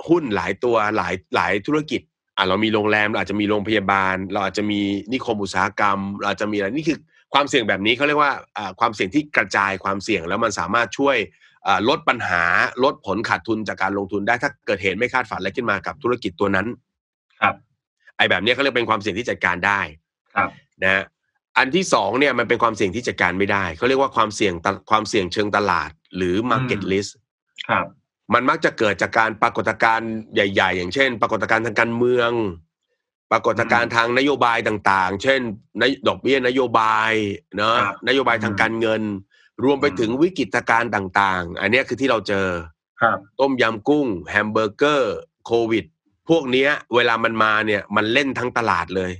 S4: หุ้นหลายตัวหลายหลายธุรกิจอ่ะเรามีโรงแรมเราอาจจะมีโรงพยาบาล เราอาจจะมีนิคมอุตสาหกรรม เราอาจจะมีอะไรนี่คือความเสี่ยงแบบนี้เขาเรียกว่าอ่าความเสี่ยงที่กระจายความเสี่ยงแล้วมันสามารถช่วยอ่าลดปัญหาลดผลขาดทุนจากการลงทุนได้ถ้าเกิดเหตุไม่คาดฝันอะไรขึ้นมากับธุรกิจตัวนั้น
S3: ครับ
S4: ไอ้แบบเนี้ยเขาเรียกเป็นความเสี่ยงที่จัดการได้
S3: ครับ
S4: นะฮะอันที่สองเนี่ยมันเป็นความเสี่ยงที่จัดการไม่ได้ เขาเรียกว่าความเสี่ยงตะความเสี่ยงเชิงตลาดหรือ market
S3: อืม
S4: risk
S3: ครับ
S4: มันมักจะเกิดจากการปรากฏการณ์ใหญ่ ๆ อย่างเช่น ปรากฏการณ์ทางการเมือง ปรากฏการณ์ทางนโยบายต่างๆ เช่นนโยดอกเบี้ยนโยบายเนอะ
S3: ครับ
S4: นโยบายทางการเงิน รวมไป
S3: อืม
S4: ถึงวิกฤตการณ์ต่างๆ อันเนี้ยคือที่เราเจอ
S3: ครับ
S4: ต้มยำกุ้ง แฮมเบอร์เกอร์ โควิด พวกเนี้ย เวลามันมาเนี่ยมันเล่นทั้งตลาดเลย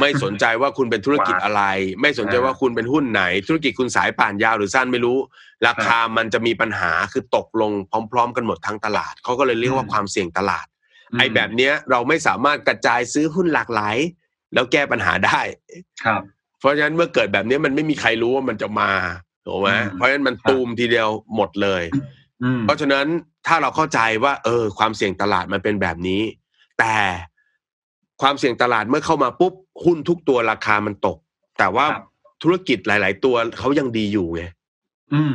S4: ไม่สนใจว่าคุณเป็นธุรกิจ
S3: ว้าว
S4: อะไร ไม่สนใจว่าคุณเป็นหุ้นไหน ธุรกิจคุณสายป่านยาวหรือสั้นไม่รู้ ราคามันจะมีปัญหาคือตกลงพร้อม ๆ กันหมดทั้งตลาดเขาก็เลยเรียกว่า
S3: อืม
S4: ความเสี่ยงตลาด ไอ้แบบเนี้ยเราไม่สามารถกระจายซื้อหุ้นหลากหลาย แล้วแก้ปัญหาได้
S3: ครับ
S4: เพราะฉะนั้นเมื่อเกิดแบบเนี้ยมันไม่มีใครรู้ว่ามันจะมาถูกไหม
S3: อืม
S4: เพราะฉะนั้นมันตูมทีเดียวหมดเลย
S3: อืม
S4: เพราะฉะนั้นถ้าเราเข้าใจว่า เออ ความเสี่ยงตลาดมันเป็นแบบนี้ แต่ความเสี่ยงตลาดเมื่อเข้ามาปุ๊บหุ้นทุกตัวราคามันตก แต่ว่าธุรกิจหลาย ๆ ตัวเขายังดีอยู่ไง
S3: อืม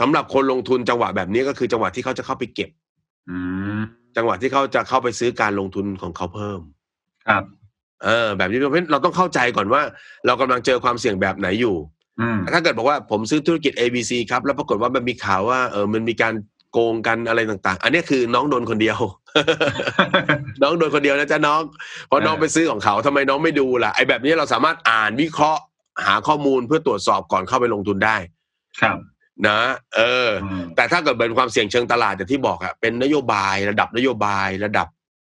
S4: สำหรับคนลงทุนจังหวะแบบนี้ก็คือจังหวะที่เขาจะเข้าไปเก็บ
S3: อื
S4: (laughs)
S3: ม
S4: จังหวะที่เขาจะเข้าไปซื้อการลงทุนของเขาเพิ่ม
S3: ครับ
S4: เออ แบบนี้เพราะฉะนั้นเราต้องเข้าใจก่อนว่า เรากำลังเจอความเสี่ยงแบบไหนอยู่
S3: อืม
S4: ถ้าเกิดบอกว่าผมซื้อธุรกิจ ABC ครับ แล้วปรากฏว่ามันมีข่าวว่าเออมันมีการโกงกันอะไรต่าง ๆ อันนี้คือน้องโดนคนเดียว (laughs) น้องโดนคนเดียวนะจ๊ะน้องเพราะน้อง
S3: เออ
S4: ไปซื้อของเขาทำไมน้องไม่ดูล่ะไอ้แบบนี้เราสามารถอ่านวิเคราะห์หาข้อมูลเพื่อตรวจสอบก่อนเข้าไปลงทุนได้
S3: ครับ
S4: นะ เออ
S3: อืม
S4: แต่ถ้าเกิดเป็นความเสี่ยงเชิงตลาดอย่างที่บอกอะเป็นนโยบายระดับนโยบายระดับ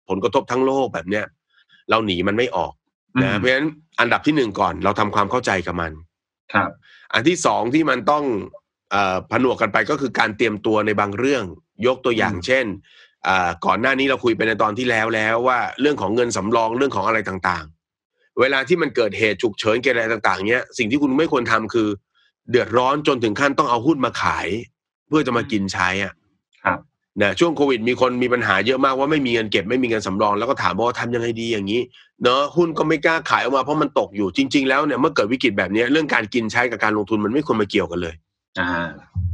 S4: ผลกระทบทั้งโลกแบบเนี้ยเราหนีมันไม่ออกนะเพราะฉะนั้นอันดับที่หนึ่งก่อนเราทำความเข้าใจกับมัน
S3: ครับ
S4: อันที่สองที่มันต้องเออผนวกกันไปก็คือการเตรียมตัวในบางเรื่อง ยกตัวอย่าง
S3: อืม
S4: เช่นอ่าก่อนหน้านี้เราคุยไปในตอนที่แล้วแล้วว่าเรื่องของเงินสำรองเรื่องของอะไรต่างๆ เวลาที่มันเกิดเหตุฉุกเฉินเกิดอะไรต่าง ๆเนี้ยสิ่งที่คุณไม่ควรทำคือ เดือดร้อนจนถึงขั้นต้องเอาหุ้นมาขาย เพื่อจะมากินใช้อ่ะ
S3: ครับ
S4: นะช่วงโควิดมีคนมีปัญหาเยอะมากว่าไม่มีเงินเก็บไม่มีเงินสำรองแล้วก็ถามว่าทำยังไงดีอย่างนี้ เนอะหุ้นก็ไม่กล้าขายออกมาเพราะมันตกอยู่จริง ๆ แล้วเนี่ยเมื่อเกิดวิกฤตแบบเนี้ยเรื่องการกินใช้กับการลงทุนมันไม่ควรมาเกี่ยวกันเลย
S3: อ่า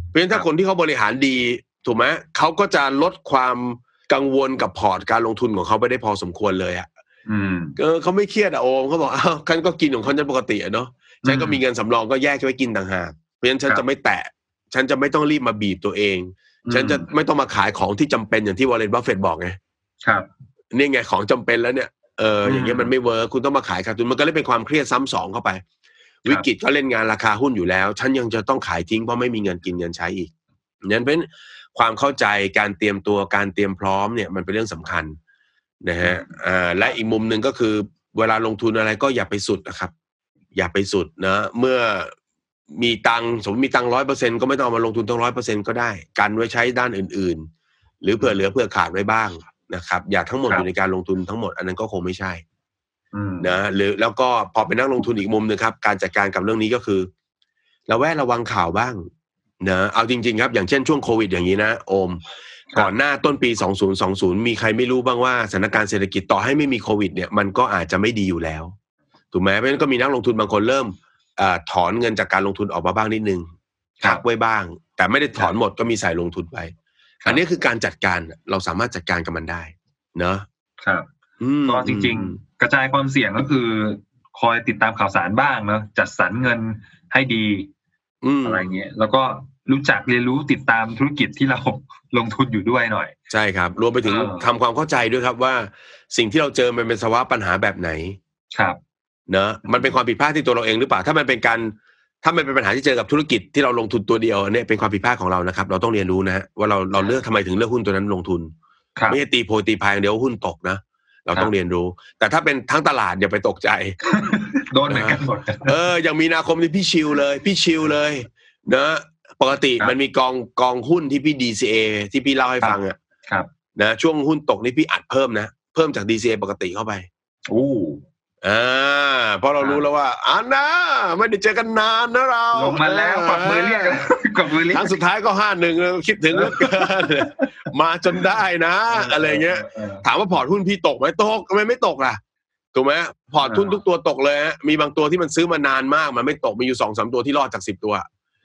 S4: เพราะฉะนั้นถ้า
S3: ครับ
S4: คนที่เขาบริหารดีถูกไหมเขาก็จะลดความกังวลกับพอร์ตการลงทุนของเขาไปได้พอสมควรเลยอะ
S3: อืม
S4: เออเขาไม่เครียดอะโอมเขาบอกอ้าวฉันก็กินของฉันปกติอะเนาะฉันก็มีเงินสำรองก็แยกไว้กินต่างหากเพราะฉะนั้นฉั
S3: ค
S4: น
S3: รับ
S4: จะไม่แตะฉันจะไม่ต้องรีบมาบีบตัวเอง ฉันจะ
S3: อืม
S4: ไม่ต้องมาขายของที่จำเป็นอย่างที่วอร์เรนบัฟเฟตบอกไง
S3: ครับ
S4: นี่ไงของจำเป็นแล้วเนี่ย เอออย่างเงี้ยมันไม่เวิร์คคุณต้องมาขายขาดทุนมันก็เลยเป็นความเครียดซ้ำสองเข้าไป
S3: บ
S4: วิกฤตก็เล่นงานราคาหุ้นอยู่แล้ว ฉันยังจะต้องขายทิ้งเพราะไม่มีเงินกินเงินใช้อีกนั้นเป็นความเข้าใจการเตรียมตัวการเตรียมพร้อมเนี่ยมันเป็นเรื่องสำคัญนะฮะอ่าและอีกมุมหนึ่งก็คือ เวลาลงทุนอะไรก็อย่าไปสุดนะครับ อย่าไปสุดนะเมื่อมีตังค์สมมติมีตังร้อยเปอร์เซ็นก็ไม่ต้องเอามาลงทุนตั้งร้อยเปอร์เซ็นก็ได้กันไว้ใช้ด้านอื่น ๆ หรือเผื่อเหลือเผื่อขาดไว้บ้างนะครับ อย่าทั้งหมด
S3: ครั
S4: อบ ยู่ในการลงทุนทั้งหมดอันนั้นก็คงไม่ใช่
S3: อืม
S4: นะหรือแล้วก็พอเป็นนักลงทุนอีกมุมหนึงครับ การจัดการกับเรื่องนี้ก็คือระแวดระวังข่าวบ้างนะเอาจริง ๆ ครับ อย่างเช่นช่วงโควิดอย่างนี้นะโอม
S3: ครับ
S4: ก่อนหน้าต้นปี 2020 มีใครไม่รู้บ้างว่าสถานการณ์เศรษฐกิจต่อให้ไม่มีโควิดเนี่ยมันก็อาจจะไม่ดีอยู่แล้วถูกไหมเพราะฉะนั้นก็มีนักลงทุนบางคนเริ่มเออถอนเงินจากการลงทุนออกมาบ้างนิดนึง
S3: ครั
S4: พั
S3: บ
S4: กไว้บ้าง แต่ไม่ได้ถอนหมดก็มีใส่ลงทุนไป
S3: ครับ
S4: อันนี้คือการจัดการเราสามารถจัดการกับมันได้ เนอะ
S3: ครับ
S4: อืม
S3: ก็จริง ๆ กระจายความเสี่ยงก็คือ คอยติดตามข่าวสารบ้างเนอะจัดสรรเงินให้ดี
S4: อืม
S3: อะไรเงี้ยแล้วก็รู้จักเรียนรู้ติดตามธุรกิจที่เรา (laughs) ลงทุนอยู่ด้วยหน่อย
S4: ใช่ครับ รวมไปถึง
S3: อ่า
S4: ทำความเข้าใจด้วยครับว่า สิ่งที่เราเจอมันเป็นสภาวะปัญหาแบบไหน
S3: ครับ
S4: เนอะมันเป็นความผิดพลาดที่ตัวเราเองหรือเปล่า ถ้ามันเป็นการถ้ามันเป็นปัญหาที่เจอกับธุรกิจที่เราลงทุนตัวเดียวเนี่ยเป็นความผิดพลาดของเรานะครับ เราต้องเรียนรู้นะฮะว่าเราเราเลือกทำไมถึงเลือกหุ้นตัวนั้นลงทุน
S3: ครับ
S4: ไม่ใช่ตีโพยตีพายอย่างเดียวว่าหุ้นตกนะ เราต้องเรียนรู้ แต่ถ้าเป็นทั้งตลาดอย่าไปตกใจ
S3: โดนเหมือนกันหมด
S4: เอออย่างมีนาคมนี่พี่ชิวเลย พี่ชิวเลยเนอะปกติ
S3: ครับ
S4: มันมีกองกองหุ้นที่พี่ DCA ที่พี่เล่าให้ฟังอะ
S3: ครับ
S4: นะช่วงหุ้นตกนี่พี่อัดเพิ่มนะ เพิ่มจาก DCA ปกติเข้าไป
S3: โอ้
S4: อ่าเพราะเรา
S3: ครับ
S4: รู้แล้วว่าอ่านะไม่ได้เจอกันนานนะเรา
S3: ลงมาแล้วปรับมือเรียก (laughs) กันปรับมือเรีย
S4: ค
S3: ก
S4: รั้งสุดท้ายก็ห้าหนึ่งคิดถึงเหลือเกิน มาจนได้นะ อะไรเงี้ย
S3: ออ
S4: ถามว่าพอร์ตหุ้นพี่ตกไหมตกทำไมไม่ตกล่ะถูกไหมพอร์ตหุ้น
S3: อ่า
S4: ทุกตัวตกเลยฮะมีบางตัวที่มันซื้อมานานมากมันไม่ตกมีอยู่สองสามตัวที่รอดจากสิบตัว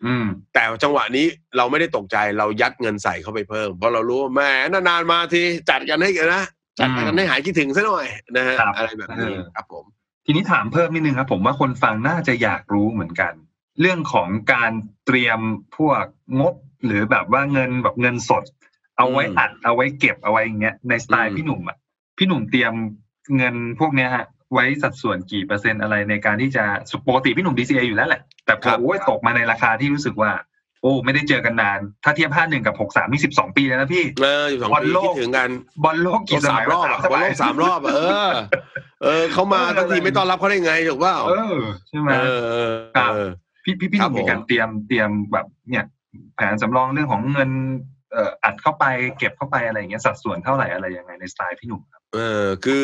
S3: อืม
S4: แต่จังหวะนี้เราไม่ได้ตกใจเรายัดเงินใส่เข้าไปเพิ่ม เพราะเรารู้ว่าแหมนานๆมาทีจัดกันให้กันนะจัดกันให้หายคิดถึงซะหน่อยนะฮะ
S3: ครับ
S4: อะไรแบบนี้ครับผม
S3: ทีนี้ถามเพิ่มนิดนึงครับ ผมว่าคนฟังน่าจะอยากรู้เหมือนกัน เรื่องของการเตรียมพวกงบหรือแบบว่าเงินแบบเงินสด เอาไว้
S4: อืม
S3: อัดเอาไว้เก็บเอาไว้อย่างเงี้ยในสไต
S4: อื
S3: ล์
S4: ม
S3: พี่หนุ่มอ่ะพี่หนุ่มเตรียมเงินพวกเนี้ยฮะไว้สัดส่วนกี่เปอร์เซ็นต์อะไรในการที่จะปกติพี่หนุ่ม DCA อยู่แล้วแหละ แต่พอโอ้ยตกมาในราคาที่รู้สึกว่า โอ้ไม่ได้เจอกันนาน ถ้าเทียบห้าหนึ่งกับหกสามนี่สิบสองปีแล้วนะพี่
S4: เอออยู่สอง
S3: บอล
S4: ปี
S3: โลก
S4: คิดถึงกัน
S3: บอลโลกกี่ส
S4: สา
S3: มั
S4: ม
S3: ย
S4: รอบอะ
S3: ส
S4: บอล
S3: ย
S4: โลกสามรอบอะเออ เออเขามา
S3: เออ
S4: ทั้งที
S3: อะไร
S4: ไม่ต้อนรับเขาได้ไงถูกเปล่า
S3: เออใช่ไหม
S4: เออเออ
S3: ครับ
S4: เออ
S3: พี่พี่พี่ห
S4: ครั
S3: นุ่
S4: บ
S3: ม
S4: ผม
S3: มีการเตรียมเตรียมแบบเนี่ย แผนสำรองเรื่องของเงินเอ่ออัดเข้าไปเก็บเข้าไปอะไรอย่างเงี้ยสัดส่วนเท่าไหร่อะไรยังไงในสไตล์พี่หนุ่มครับ
S4: เออคือ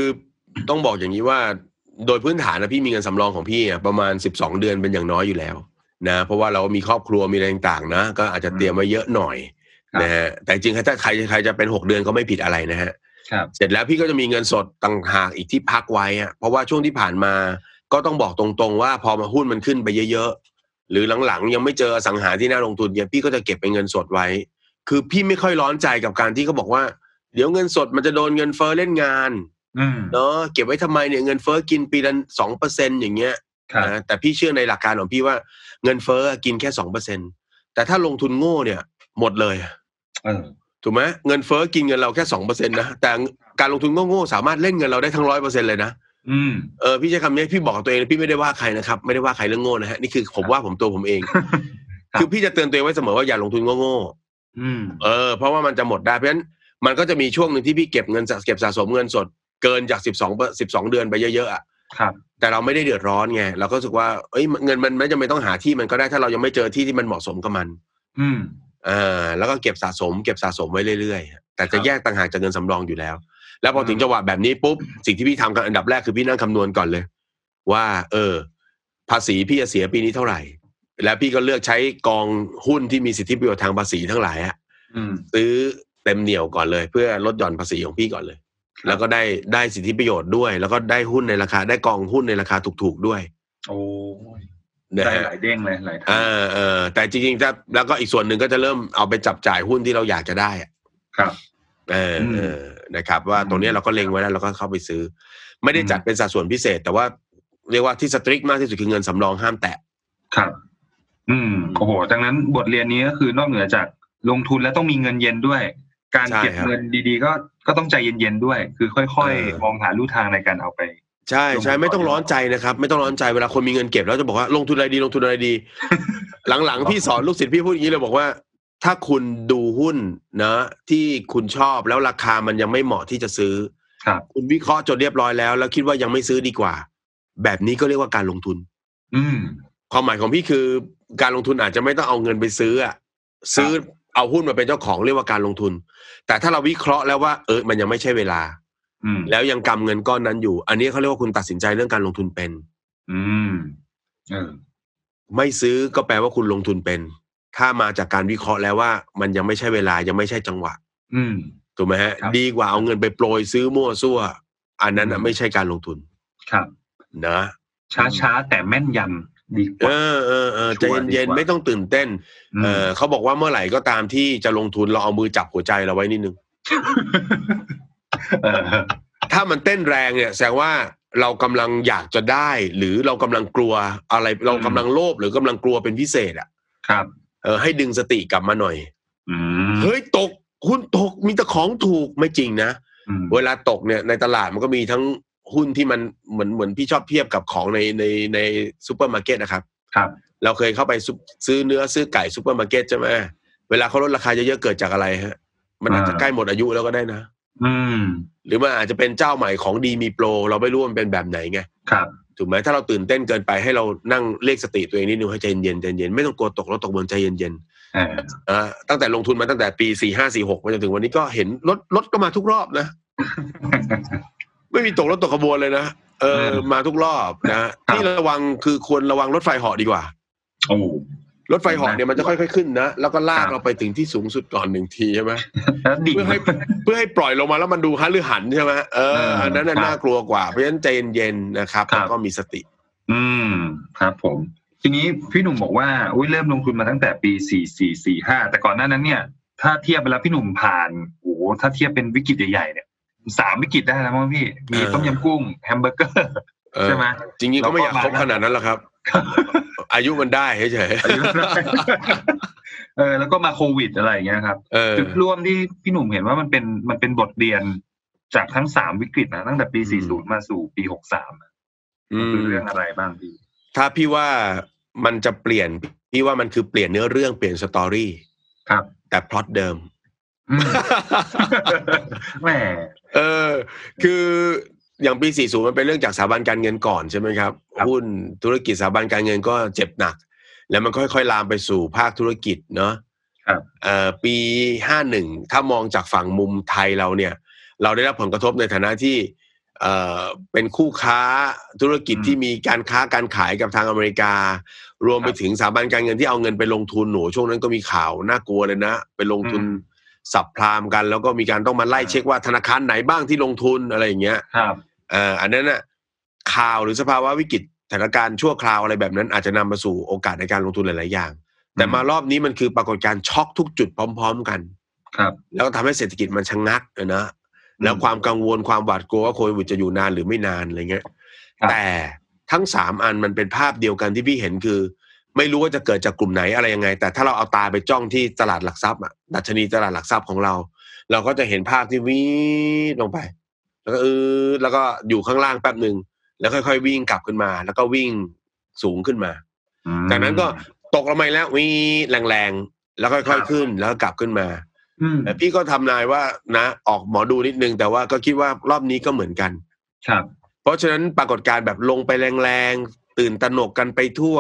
S4: ต้องบอกอย่างนี้ว่า โดยพื้นฐานนะพี่มีเงินสำรองของพี่อะประมาณ 12 เดือนเป็นอย่างน้อยอยู่แล้วนะเพราะว่าเรามีครอบครัวมีอะไรต่างๆนะ ก็อาจจะเตรียมไว้เยอะหน่อย
S3: ครับ
S4: นะฮะแต่จริงๆถ้าใครใครจะเป็น 6 เดือนก็ไม่ผิดอะไรนะฮะ
S3: ครับ
S4: เสร็จแล้วพี่ก็จะมีเงินสดต่างหากอีกที่พักไว้อะเพราะว่าช่วงที่ผ่านมาก็ต้องบอกตรงๆว่าพอมาหุ้นมันขึ้นไปเยอะๆหรือหลังๆ ยังไม่เจออสังหาที่น่าลงทุนเนี่ยพี่ก็จะเก็บเป็นเงินสดไว้ คือพี่ไม่ค่อยร้อนใจกับการที่เขาบอกว่า เดี๋ยวเงินสดมันจะโดนเงินเฟ้อเล่นงาน
S3: อืม
S4: เนาะเก็บไว้ทำไมเนี่ยเงินเฟ้อกินปีละสองเปอร์เซ็นอย่างเงี้ย
S3: ครับ
S4: นะแต่พี่เชื่อในหลักการของพี่ว่าเงินเฟ้อกินแค่สองเปอร์เซ็นแต่ถ้าลงทุนโง่เนี่ยหมดเลย
S3: เออ
S4: ถูกไหมเงินเฟ้อกินเงินเราแค่สองเปอร์เซ็นนะแต่การลงทุนโง่ๆสามารถเล่นเงินเราได้ทั้งร้อยเปอร์เซ็นเลยนะ
S3: อืม
S4: เออพี่ใช้คำนี้พี่บอกกับตัวเองนะพี่ไม่ได้ว่าใครนะครับไม่ได้ว่าใครเรื่องโง่นะฮะนี่คือผมว่าผมตัวผมเอง
S3: (laughs) ครับ
S4: คือพี่จะเตือนตัวเองไว้เสมอว่าอย่าลงทุนโง่ๆ
S3: อืม
S4: เออเพราะว่ามันจะหมดได้เพราะฉะนั้นมันก็จะมีช่วงหนึ่งที่พี่เก็บเงินสะเก็บสะสมเงินสดเกินจาก 12เปอร์12 เดือนไปเยอะๆอะ
S3: ครับ
S4: แต่เราไม่ได้เดือดร้อนไงเราก็รู้สึกว่าเอ้ยเงินมันไม่จำเป็นต้องหาที่มันก็ได้ถ้าเรายังไม่เจอที่ที่มันเหมาะสมกับมัน
S3: อืม
S4: อ่าแล้วก็เก็บสะสม เก็บสะสมไว้เรื่อยๆฮะแต่จะ
S3: ครับ
S4: แยกต่างหากจากเงินสำรองอยู่แล้ว แล้วพอถึง
S3: อืม
S4: จังหวะแบบนี้ปุ๊บสิ่งที่พี่ทำกันอันดับแรกคือพี่นั่งคำนวณก่อนเลย ว่า เออ ภาษีพี่จะเสียปีนี้เท่าไหร่ แล้วพี่ก็เลือกใช้กองหุ้นที่มีสิทธิประโยชน์ทางภาษีทั้งหลายอะ
S3: อืม
S4: ซื้อเต็มเหนี่ยวก่อนเลย เพื่อลดหย่อนภาษีของพี่ก่อนเลย แล้วก็ได้ได้สิทธิประโยชน์ด้วย แล้วก็ได้หุ้นในราคาได้กองหุ้นในราคาถูกๆด้วย
S3: โอ้ย
S4: นะ
S3: ได้ห
S4: ฮะ
S3: ลายเด้งเลยหลายทา
S4: เอง อเออแต่จริงๆจะแล้วก็อีกส่วนหนึ่งก็จะเริ่มเอาไปจับจ่ายหุ้นที่เราอยากจะได้อะ
S3: ครับ
S4: เออเออนะครับ ว่า
S3: อืม
S4: ตรงเนี้ยเราก็เล็งไว้แล้วเราก็เข้าไปซื้อ ไม่ได้จัดเป็นสัดส่วนพิเศษ แต่ว่าเรียกว่าที่สตริกมากที่สุดคือเงินสำรองห้ามแตะ
S3: ครับ อืมโอ้โหดังนั้นบทเรียนนี้ก็คือนอกเหนือจากลงทุนแล้วต้องมีเงินเย็นด้วย การ
S4: ใช่
S3: เก็บ
S4: ครับ
S3: เงินดี ๆ ก็ ก็ต้องใจเย็นๆด้วย คือค่อย
S4: เออ
S3: ๆ มองหาลู่ทางในการเอาไป
S4: ใช่
S3: ลง
S4: ใช่
S3: ทุน
S4: ไม่ต้อง
S3: ก่อน
S4: ร้อนใจนะครับ ไม่ต้องร้อนใจเวลาคนมีเงินเก็บแล้วจะบอกว่าลงทุนอะไรดีลงทุนอะไรดี (laughs) หลังๆพี่สอนลูกศิษย์พี่พูดอย่างนี้เลยบอกว่า ถ้าคุณดูหุ้นนะ ที่คุณชอบแล้วราคามันยังไม่เหมาะที่จะซื้อ
S3: ครับ
S4: คุณวิเคราะห์จนเรียบร้อยแล้ว แล้วคิดว่ายังไม่ซื้อดีกว่า แบบนี้ก็เรียกว่าการลงทุน
S3: อืม
S4: ความหมายของพี่คือการลงทุนอาจจะไม่ต้องเอาเงินไปซื้ออะซื้อเอาหุ้นมาเป็นเจ้าของเรียกว่าการลงทุน แต่ถ้าเราวิเคราะห์แล้วว่าเออมันยังไม่ใช่เวลา
S3: อืม
S4: แล้วยังกำเงินก้อนนั้นอยู่ อันนี้เขาเรียกว่าคุณตัดสินใจเรื่องการลงทุนเป็น
S3: อืมเออ
S4: ไม่ซื้อก็แปลว่าคุณลงทุนเป็น ถ้ามาจากการวิเคราะห์แล้วว่า มันยังไม่ใช่เวลายังไม่ใช่จังหวะ
S3: อืม
S4: ถูกไหมฮะ
S3: ครับ
S4: ดีกว่าเอาเงินไปโปรยซื้อมั่วซั่ว อันนั้นน่ะ
S3: อืม
S4: ไม่ใช่การลงทุน
S3: ครับ
S4: นะ
S3: ช้าๆ แต่แม่นยำดีก
S4: เอ
S3: ว่า
S4: อเออเออ
S3: ชั
S4: ใจ
S3: วร์ดี
S4: เย็น
S3: กว่า
S4: ๆไม่ต้องตื่นเต้น
S3: ม
S4: เออเขาบอกว่าเมื่อไหร่ก็ตามที่จะลงทุนเราเอามือจับหัวใจเราไว้นิดนึง
S3: เออ
S4: ถ้ามันเต้นแรงเนี่ยแสดงว่าเรากำลังอยากจะได้ หรือเรากำลังกลัวอะไรเรากำลังโลภหรือกำลังกลัวเป็นพิเศษอ่ะ
S3: ครับ
S4: เออให้ดึงสติกลับมาหน่อย
S3: อืม
S4: เฮ้ยตกหุ้นตกมีแต่ของถูกไม่จริงนะ
S3: อืม
S4: เวลาตกเนี่ยในตลาดมันก็มีทั้งหุ้นที่มันเหมือนเหมือนพี่ชอบเทียบกับของในในในซูเปอร์มาร์เก็ตนะครับ
S3: ครับ
S4: เราเคยเข้าไปซุปซื้อเนื้อซื้อไก่ซูเปอร์มาร์เก็ตใช่ไหมเวลาเขาลดราคาเยอะๆเกิดจากอะไรฮะ มันอาจจะ
S3: อ่า
S4: ใกล้หมดอายุแล้วก็ได้นะ
S3: อืม
S4: หรือมันอาจจะเป็นเจ้าใหม่ของดีมีโปร เราไม่รู้ว่ามันเป็นแบบไหนไง
S3: ครับ
S4: ถูกไหมถ้าเราตื่นเต้นเกินไปให้เรานั่งเรียกสติตัวเองนิดนึงให้ใจเย็นๆใจเย็นไม่ต้องกลัวตกแล้วตกบนใจเย็น
S3: เออ
S4: ๆอ่าตั้งแต่ลงทุนมาตั้งแต่ปีสี่ห้าสี่หกมาจนถึงวันนี้ก็เห็นรถรถก็มาทุกรอบนะ ไม่มีตกรถตกขบวนเลยนะเออ
S3: อืม
S4: มาทุกรอบนะ
S3: บ
S4: ที่ระวังคือควรระวังรถไฟเหาะดีกว่า
S3: โอ้
S4: รถไฟเหาะเนี่ยมันจะค่อยๆขึ้นนะแล้วก็ลาก
S3: ครับ
S4: เราไปถึงที่สูงสุดก่อนหนึ่งทีใช่ไหม
S3: แล้วดิ่ง
S4: เพื่อให้เพื่อให้ปล่อยลงมาแล้วมันดูฮัหรือหันใช่ไหมเอ
S3: เอ
S4: อ
S3: ออั
S4: อันนั้นน่ะ
S3: ครับ
S4: น่ากลัวกว่า เพราะฉะนั้นใจเย็นๆนะครับ
S3: ครั
S4: แล้
S3: บ
S4: วก็มีสติ
S3: อืม ครับผม ทีนี้พี่หนุ่มบอกว่าอุ้ยเริ่มลงทุนมาตั้งแต่ปี 4445 แต่ก่อนหน้านั้นเนี่ย ถ้าเทียบไปแล้วพี่หนุ่มผ่าน โอ้โห ถ้าเทียบเป็นวิกฤตใหญ่ๆเนี่ยสามวิกฤตได้แล้วมั้งพี่ มี
S4: เออ
S3: ต้มยำกุ้งแฮมเบอร์เกอร์
S4: เออ
S3: ใช่ไหม
S4: จริงๆก็ไม่อยากคบขนาดนั้นหรอกครับ อายุมันได้เฉย
S3: อายุเท่าไหร่เออ แล้วก็มาโควิดอะไรอย่างเงี้ยครับ
S4: ๆเออ
S3: จุดร่วมที่พี่หนุ่มเห็นว่ามันเป็นมันเป็นบทเรียนจากทั้งสามวิกฤตนะตั้งแต่ปี
S4: อืม
S3: 40 มาสู่ปี 63อะ
S4: อื
S3: คือ
S4: ม
S3: เรื่องอะไรบ้างพี่
S4: ถ้าพี่ว่ามันจะเปลี่ยนพี่ว่ามันคือเปลี่ยนเนื้อเรื่องเปลี่ยนสตอรี่
S3: ครับ
S4: แต่พล็อตเดิม
S3: (laughs) อืมแหม
S4: เออคืออย่างปี 40 มันเป็นเรื่องจากสถาบันการเงินก่อนใช่ไหมครับ
S3: ครับ
S4: หุ้นธุรกิจสถาบันการเงินก็เจ็บหนัก แล้วมันค่อยๆ ลามไปสู่ภาคธุรกิจเนาะ
S3: ครับ
S4: เอ่อปี 51 ถ้ามองจากฝั่งมุมไทยเราเนี่ย เราได้รับผลกระทบในฐานะที่เอ่อเป็นคู่ค้าธุรกิจที่มีการค้าการขายกับทางอเมริกา รวมไปถึงสถาบันการเงินที่เอาเงินไปลงทุนหนูช่วงนั้นก็มีข่าวน่ากลัวเลยนะ ไปลงทุน
S3: อืม
S4: สับพรามกัน แล้วก็มีการต้องมาไล่เช็คว่าธนาคารไหนบ้างที่ลงทุนอะไรอย่างเงี้ย
S3: ครับ
S4: เอ่ออันนั้นน่ะข่าวหรือสภาวะวิกฤตสถานการณ์ชั่วคราวอะไรแบบนั้นอาจจะนำมาสู่โอกาสในการลงทุนหลาย ๆ อย่าง แต่มารอบนี้มันคือปรากฏการณ์ช็อกทุกจุดพร้อม ๆ กัน
S3: ครับ
S4: แล้วก็ทำให้เศรษฐกิจมันชะงงักอะนะ
S3: ม
S4: แล้วความกังวลความหวาดกลัวว่าโควิดจะอยู่นานหรือไม่นานอะไรเงี้ย
S3: ครับ
S4: แต่ทั้งสามอันมันเป็นภาพเดียวกันที่พี่เห็นคือ ไม่รู้ว่าจะเกิดจากกลุ่มไหนอะไรยังไง แต่ถ้าเราเอาตาไปจ้องที่ตลาดหลักทรัพย์อะดัชนีตลาดหลักทรัพย์ของเรา เราก็จะเห็นภาพที่วิ่งลงไป แล้วก็เออแล้วก็อยู่ข้างล่างแป๊บหนึ่งแล้วค่อย ๆ วิ่งกลับขึ้นมา แล้วก็วิ่งสูงขึ้นมา
S3: อืม
S4: จากนั้นก็ตกลงมาอีกแล้ววิ่งแรงๆแล้ว
S3: ครั
S4: ค่อย
S3: บ
S4: ๆขึ้นแล้วก็กลับขึ้นมา
S3: อืม
S4: แต่พี่ก็ทำนายว่านะออกหมอดูนิดนึงแต่ว่าก็คิดว่ารอบนี้ก็เหมือนกัน
S3: ครับ
S4: เพราะฉะนั้นปรากฏการณ์แบบลงไปแรงๆ ตื่นตระหนกกันไปทั่ว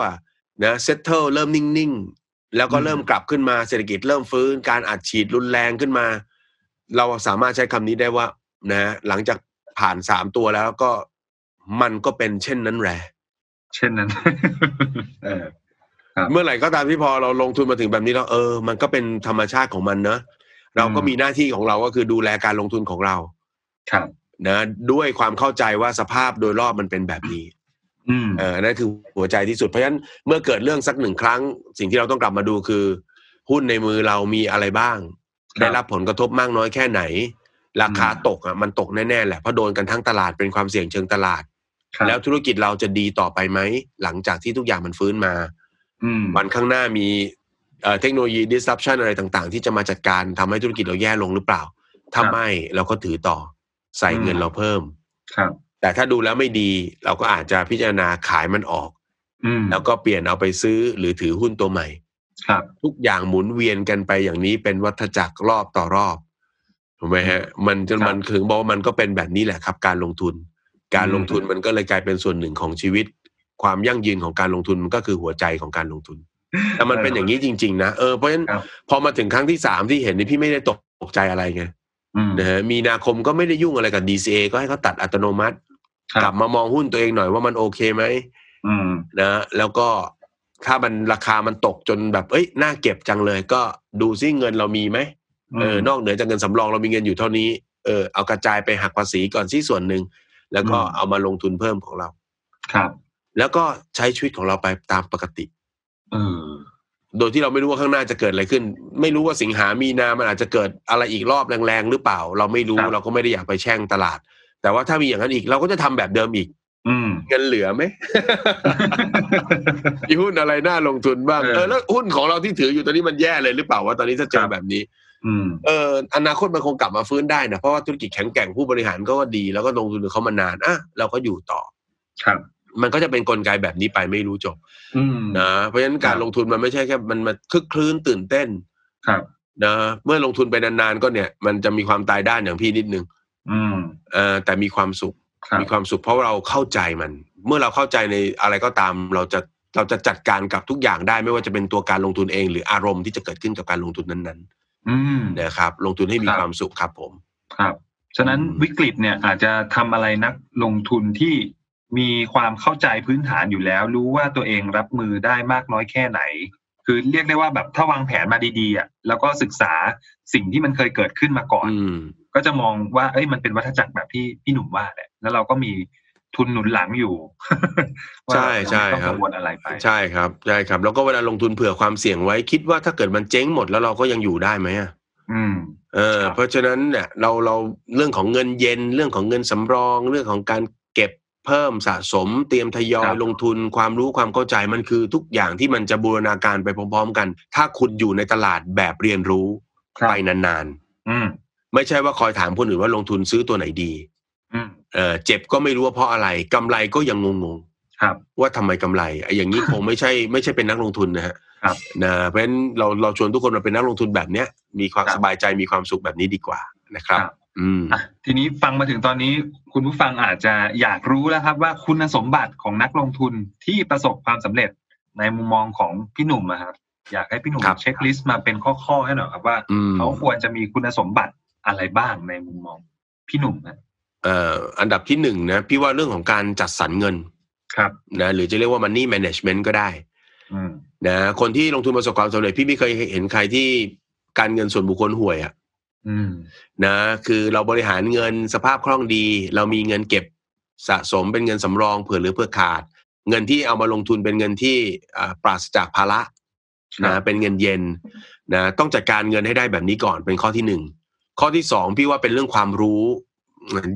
S4: นะเซตเทิลเริ่มนิ่งๆ แล้วก็
S3: อืม
S4: เริ่มกลับขึ้นมาเศรษฐกิจเริ่มฟื้นการอัดฉีดรุนแรงขึ้นมา เราสามารถใช้คำนี้ได้ว่านะหลังจากผ่านสามตัวแล้วก็มันก็เป็นเช่นนั้นแหละ
S3: เช่น (laughs) นั้น เออ ครับ
S4: เมื่อไหร่ก็ตามที่พอเราลงทุนมาถึงแบบนี้แล้วเออ มันก็เป็นธรรมชาติของมันเนอะเราก็
S3: อืม
S4: มีหน้าที่ของเราก็คือดูแลการลงทุนของเรา
S3: ครับ
S4: นะด้วยความเข้าใจว่าสภาพโดยรอบมันเป็นแบบนี้
S3: อืม
S4: เออนั่นคือหัวใจที่สุดเพราะฉะนั้นเมื่อเกิดเรื่องสักหนึ่งครั้ง สิ่งที่เราต้องกลับมาดูคือ หุ้นในมือเรามีอะไรบ้าง
S3: ค
S4: ได้
S3: บ
S4: รับผลกระทบมากน้อยแค่ไหน ราคา
S3: อืม
S4: ตกอ่ะมันตกแน่ๆแหละเพราะโดนกันทั้งตลาดเป็นความเสี่ยงเชิงตลาด
S3: ครับ
S4: แล้วธุรกิจเราจะดีต่อไปไหมหลังจากที่ทุกอย่างมันฟื้นมา
S3: อืม
S4: วันข้างหน้ามีเอ่อเทคโนโลยี disruption อะไรต่างๆ ที่จะมาจัดการทำให้ธุรกิจเราแย่ลงหรือเปล่า ถ้าไม่เราก็ถือต่อใส่เงิน
S3: อืม
S4: เราเพิ่ม
S3: ครับ
S4: แต่ถ้าดูแล้วไม่ดีเราก็อาจจะพิจารณาขายมันออก
S3: อืม
S4: แล้วก็เปลี่ยนเอาไปซื้อหรือถือหุ้นตัวใหม่
S3: ครับ
S4: ทุกอย่างหมุนเวียนกันไปอย่างนี้เป็นวัฏจักรรอบต่อรอบถูกไหมฮะ มันจน
S3: ครับ
S4: มันถึงบอกว่ามันก็เป็นแบบนี้แหละครับ การลงทุน การ
S3: อืม
S4: ลงทุนมันก็เลยกลายเป็นส่วนหนึ่งของชีวิต ความยั่งยืนของการลงทุนมันก็คือหัวใจของการลงทุน แต่มันเป็นอย่าง
S3: นี้
S4: นี้จริง ๆ นะเออเพราะฉะนั้น
S3: ครับ
S4: พอมาถึงครั้งที่สามที่เห็นนี่พี่ไม่ได้ตกใจอะไรไงนะฮะมีนาคมก็ไม่ได้ยุ่งอะไรกับ DCA ก็ให้เขาตัดอัตโนมัติ
S3: ครับ
S4: กลับมามองหุ้นตัวเองหน่อยว่ามันโอเคไหม
S3: อืม
S4: นะแล้วก็ถ้ามันราคามันตกจนแบบเอ้ยน่าเก็บจังเลย ก็ดูซิเงินเรามีไหมเออนอกเหนือจากเงินสำรองเรามีเงินอยู่เท่านี้เออเอากระจายไปหักภาษีก่อนซิส่วนหนึ่งแล้วก็
S3: อืม
S4: เอามาลงทุนเพิ่มของเรา
S3: ครับ
S4: แล้วก็ใช้ชีวิตของเราไปตามปกติ
S3: เออ
S4: โดยที่เราไม่รู้ว่าข้างหน้าจะเกิดอะไรขึ้น ไม่รู้ว่าสิงหามีนามันอาจจะเกิดอะไรอีกรอบแรงๆหรือเปล่า เราไม่รู้เราก็ไม่ได้อยากไปแช่งตลาด แต่ว่าถ้ามีอย่างนั้นอีกเราก็จะทำแบบเดิมอีก
S3: อืม (laughs)
S4: เงินเหลือไหม (laughs) มีหุ้นอะไรน่าลงทุนบ้าง
S3: เออ
S4: เออแล้วหุ้นของเราที่ถืออยู่ตอนนี้มันแย่เลยหรือเปล่าว่าตอนนี้ถ้าเจอแบบนี้
S3: อืม
S4: เอออนาคตมันคงกลับมาฟื้นได้นะเพราะว่าธุรกิจแข็งแกร่งผู้บริหารก็ว่าดีแล้วก็ลงทุนกับเขามานานอ่ะเราก็อยู่ต่อ
S3: ครับ
S4: มันก็จะเป็นกลไกแบบนี้ไปไม่รู้จบ
S3: อืม
S4: นะเพราะฉะนั้นกา
S3: ค
S4: ร
S3: รับ
S4: ลงทุนมันไม่ใช่แค่มันมาคึกคลื้นตื่นเต้น
S3: ครับ
S4: นะเมื่อลงทุนไปนานๆก็เนี่ย มันจะมีความตายด้านอย่างพี่นิดนึง
S3: อืม
S4: เออแต่มีความสุข
S3: ครับ
S4: มีความสุขเพราะเราเข้าใจมัน เมื่อเราเข้าใจในอะไรก็ตามเราจะเราจะจัดการกับทุกอย่างได้ไม่ว่าจะเป็นตัวการลงทุนเอง หรืออารมณ์ที่จะเกิดขึ้นกับการลงทุนนั้น
S3: อืม
S4: ๆนะครับ ลงทุนให้มี
S3: ครับ
S4: ความสุขครับผม
S3: ครับ ฉะนั้น
S4: อืม
S3: วิกฤตเนี่ยอาจจะทำอะไรนักลงทุนที่มีความเข้าใจพื้นฐานอยู่แล้ว รู้ว่าตัวเองรับมือได้มากน้อยแค่ไหน คือเรียกได้ว่าแบบถ้าวางแผนมาดีๆอ่ะแล้วก็ศึกษาสิ่งที่มันเคยเกิดขึ้นมาก่อน
S4: อืม
S3: ก็จะมองว่าเอ้ยมันเป็นวัฏจักรแบบที่พี่หนุ่มว่าแหละแล้วเราก็มีทุนหนุนหลังอยู่ (laughs) ว่า
S4: ใช่ใช่
S3: เราไม่ต้อง
S4: ครับ
S3: กังวลอะไรไป
S4: ใช่ครับใช่ครับ แล้วก็เวลาลงทุนเผื่อความเสี่ยงไว้คิดว่าถ้าเกิดมันเจ๊งหมดแล้วเราก็ยังอยู่ได้ไหมอะ
S3: อืม
S4: เออ
S3: ครับ
S4: เพราะฉะนั้นเนี่ยเราเราเรื่องของเงินเย็นเรื่องของเงินสำรอง เรื่องของการเก็บเพิ่มสะสม เตรียมทยอยลงทุนความรู้ความเข้าใจมันคือทุกอย่างที่มันจะบูรณาการไปพร้อม ๆ กัน ถ้าคุณอยู่ในตลาดแบบเรียนรู้
S3: ครับ
S4: ไปนาน
S3: อืม
S4: ๆ ไม่ใช่ว่าคอยถามคนอื่นว่าลงทุนซื้อตัวไหนดี
S3: อืม
S4: เออเจ็บก็ไม่รู้ว่าเพราะอะไรกำไรก็ยังงง
S3: ครับ
S4: ๆ ว่าทำไมกำไรไอ้อย่าง
S3: (laughs)
S4: นี้คงไม่ใช่ไม่ใช่เป็นนักลงทุนนะฮะ
S3: ครับ
S4: นะเพราะฉะนั้นเราเราชวนทุกคนมาเป็นนักลงทุนแบบเนี้ยมีความ
S3: ครับ
S4: สบายใจมีความสุขแบบนี้ดีกว่านะครับ อืม
S3: อ่ะทีนี้ฟังมาถึงตอนนี้คุณผู้ฟังอาจจะอยากรู้แล้วครับว่าคุณสมบัติของนักลงทุนที่ประสบความสำเร็จในมุมมองของพี่หนุ่มนะครับอยากให้พี่หนุ่ม
S4: ครับ
S3: เช็คลิสต์มาเป็นข้อๆให้หน่อยครับว่า
S4: อืม
S3: เขาควรจะมีคุณสมบัติอะไรบ้างในมุมมองพี่หนุ่มนะ
S4: เอ่ออันดับที่หนึ่งนะพี่ว่าเรื่องของการจัดสรรเงิน
S3: ครับ
S4: นะหรือจะเรียกว่า money management ก็ได้
S3: อืม
S4: นะคนที่ลงทุนประสบความสำเร็จพี่ไม่เคยเห็นใครที่การเงินส่วนบุคคลห่วยอะ
S3: อืม
S4: นะคือเราบริหารเงินสภาพคล่องดี เรามีเงินเก็บสะสมเป็นเงินสำรองเผื่อหรือเผื่อขาด เงินที่เอามาลงทุนเป็นเงินที่อ่าปราศจากภาระ
S3: ค
S4: นะ
S3: รับ
S4: เป็นเงินเย็นนะต้องจัดการเงินให้ได้แบบนี้ก่อนเป็นข้อที่หนึ่งข้อที่สองพี่ว่าเป็นเรื่องความรู้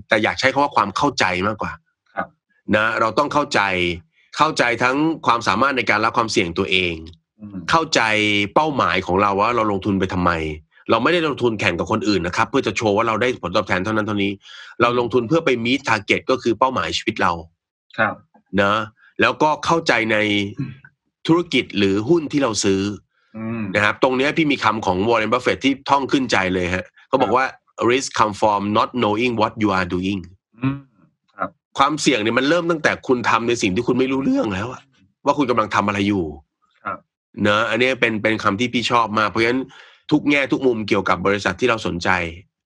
S4: แต่อยากใช้คำว่าความเข้าใจมากกว่า
S3: ครับ
S4: นะเราต้องเข้าใจเข้าใจทั้งความสามารถในการรับความเสี่ยงตัวเอง
S3: อืม
S4: เข้าใจเป้าหมายของเราว่าเราลงทุนไปทำไม เราไม่ได้ลงทุนแข่งกับคนอื่นนะครับ เพื่อจะโชว์ว่าเราได้ผลตอบแทนเท่านั้นเท่านี้ เราลงทุนเพื่อไปมีทาร์เก็ตก็คือเป้าหมายชีวิตเรา
S3: ครับ
S4: นะแล้วก็เข้าใจในธุรกิจหรือหุ้นที่เราซื้อ
S3: อืม
S4: นะครับ ตรงเนี้ยพี่มีคำของวอร์เรนบัฟเฟตที่ท่องขึ้นใจเลยฮะเขาบอกว่า risk come from not knowing what you are doing
S3: อืม
S4: ความเสี่ยงเนี่ยมันเริ่มตั้งแต่คุณทำในสิ่งที่คุณไม่รู้เรื่องแล้วอะว่าคุณกำลังทำอะไรอยู่
S3: ครับ
S4: เนอะอันเนี้ยเป็นเป็นคำที่พี่ชอบมากเพราะฉะนั้นทุกแง่ทุกมุมเกี่ยวกับบริษัทที่เราสนใจ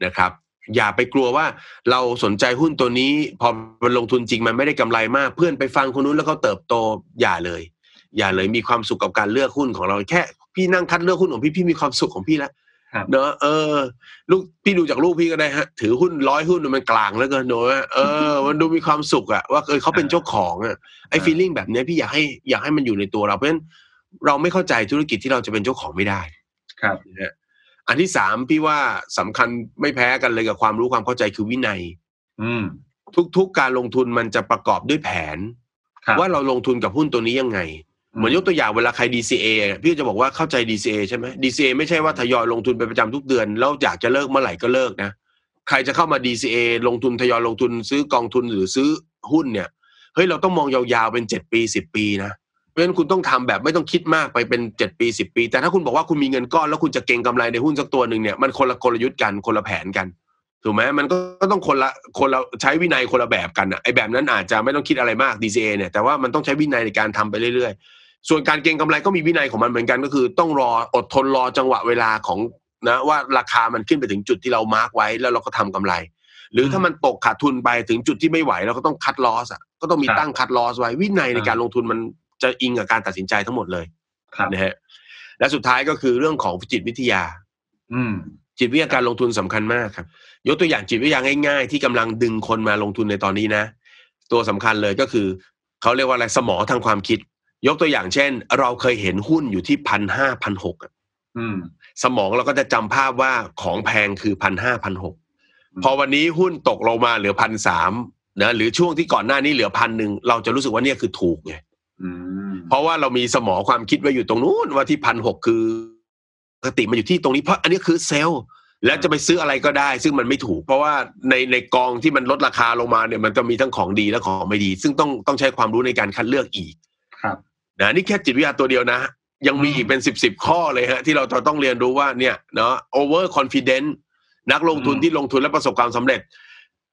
S4: นะครับ อย่าไปกลัวว่าเราสนใจหุ้นตัวนี้ พอมันลงทุนจริงมันไม่ได้กำไรมาก เพื่อนไปฟังคนนู้นแล้วเขาเติบโตอย่าเลย อย่าเลยมีความสุขกับการเลือกหุ้นของเราแค่ พี่นั่งคัดเลือกหุ้นของพี่พี่มีความสุขของพี่แล้ว
S3: ครับ
S4: เนอะเออ ลูกพี่ดูจากลูกพี่ก็ได้ฮะ ถือหุ้นร้อยหุ้นมันกลางแล้วก็โนอะเออ
S3: (laughs)
S4: มันดูมีความสุขอะว่าเออเขาเป็นเจ้าของอะไอ้
S3: อ่า
S4: ฟีลลิ่งแบบเนี้ยพี่อยากให้อยากให้มันอยู่ในตัวเราเพราะฉะนั้นเราไม่เข้าใจธุรกิจที่เราจะเป็นเจ้าของไม่ได้
S3: ครับ
S4: นะฮะอันที่สามพี่ว่าสำคัญไม่แพ้กันเลยกับความรู้ความเข้าใจคือวินัย
S3: อืม
S4: ทุก ๆ การลงทุนมันจะประกอบด้วยแผน
S3: ครับ
S4: ว่าเราลงทุนกับหุ้นตัวนี้ยังไง เหมือนยกตัวอย่างเวลาใคร DCA อะพี่จะบอกว่าเข้าใจ DCA ใช่ไหม DCA ไม่ใช่ว่าทยอยลงทุนไปประจำทุกเดือน แล้วอยากจะเลิกเมื่อไหร่ก็เลิกนะ ใครจะเข้ามา DCA ลงทุนทยอยลงทุนซื้อกองทุนหรือซื้อหุ้นเนี่ยเฮ้ยเราต้องมองยาวๆเป็นเจ็ดปีสิบปีนะเพราะฉะนั้นคุณต้องทำแบบไม่ต้องคิดมากไปเป็นเจ็ดปีสิบปี แต่ถ้าคุณบอกว่าคุณมีเงินก้อนแล้วคุณจะเก็งกำไรในหุ้นสักตัวหนึ่งเนี่ยมันคนละกลยุทธ์กันคนละแผนกันถูกไหมมันก็ก็ต้องคนละคนละใช้วินัยคนละแบบกันอะไอแบบนั้นอาจจะไม่ต้องคิดอะไรมาก DCA เนี่ยแต่ว่ามันต้องใช้วินัยในการทำไปเรื่อยๆ ส่วนการเก็งกำไรก็มีวินัยของมันเหมือนกันก็คือต้องรออดทนรอจังหวะเวลาของนะว่าราคามันขึ้นไปถึงจุดที่เรามาร์กไว้แล้วเราก็ทำกำไร หรือถ้ามันตกขาดทุนไปถึงจุดที่ไม่ไหวเราก็ต้องคัดลอสอ่ะก็ต้องมี
S3: ครับ
S4: ตั้งคัดลอสไว้วินัยใน
S3: อ่า
S4: การลงทุนมันจะอิงกับการตัดสินใจทั้งหมดเลย
S3: ครับ
S4: นะฮะและสุดท้ายก็คือเรื่องของจิตวิทยา
S3: อืม
S4: จิตวิทยาการลงทุนสำคัญมากครับ ยกตัวอย่างจิตวิทยาง่ายๆ ที่กำลังดึงคนมาลงทุนในตอนนี้นะ ตัวสำคัญเลยก็คือเขาเรียกว่าอะไรสมอทางความคิด ยกตัวอย่างเช่น เราเคยเห็นหุ้นอยู่ที่พันห้าพันหก
S3: อืม
S4: สมองเราก็จะจำภาพว่าของแพงคือพันห้าพันหก
S3: อืม
S4: พอวันนี้หุ้นตกลงมาเหลือพันสามนะหรือช่วงที่ก่อนหน้านี้เหลือพันหนึ่งเราจะรู้สึกว่าเนี่ยคือถูกไง
S3: อืม
S4: เพราะว่าเรามีสมอความคิดไว้อยู่ตรงนู้นว่าที่พันหกคือปกติมันอยู่ที่ตรงนี้เพราะอันนี้คือเซลล์แล้วจะไปซื้ออะไรก็ได้ ซึ่งมันไม่ถูก เพราะว่าในในกองที่มันลดราคาลงมาเนี่ยมันจะมีทั้งของดีและของไม่ดี ซึ่งต้องต้องใช้ความรู้ในการคัดเลือกอีก
S3: ครับ
S4: นะนี่แค่จิตวิทยาตัวเดียวนะ ยังมีอีกเป็นสิบสิบข้อเลยฮะที่เราจะต้องเรียนรู้ว่าเนี่ยเนาะ over confident นักลงทุน
S3: อืม
S4: ที่ลงทุนและประสบความสำเร็จ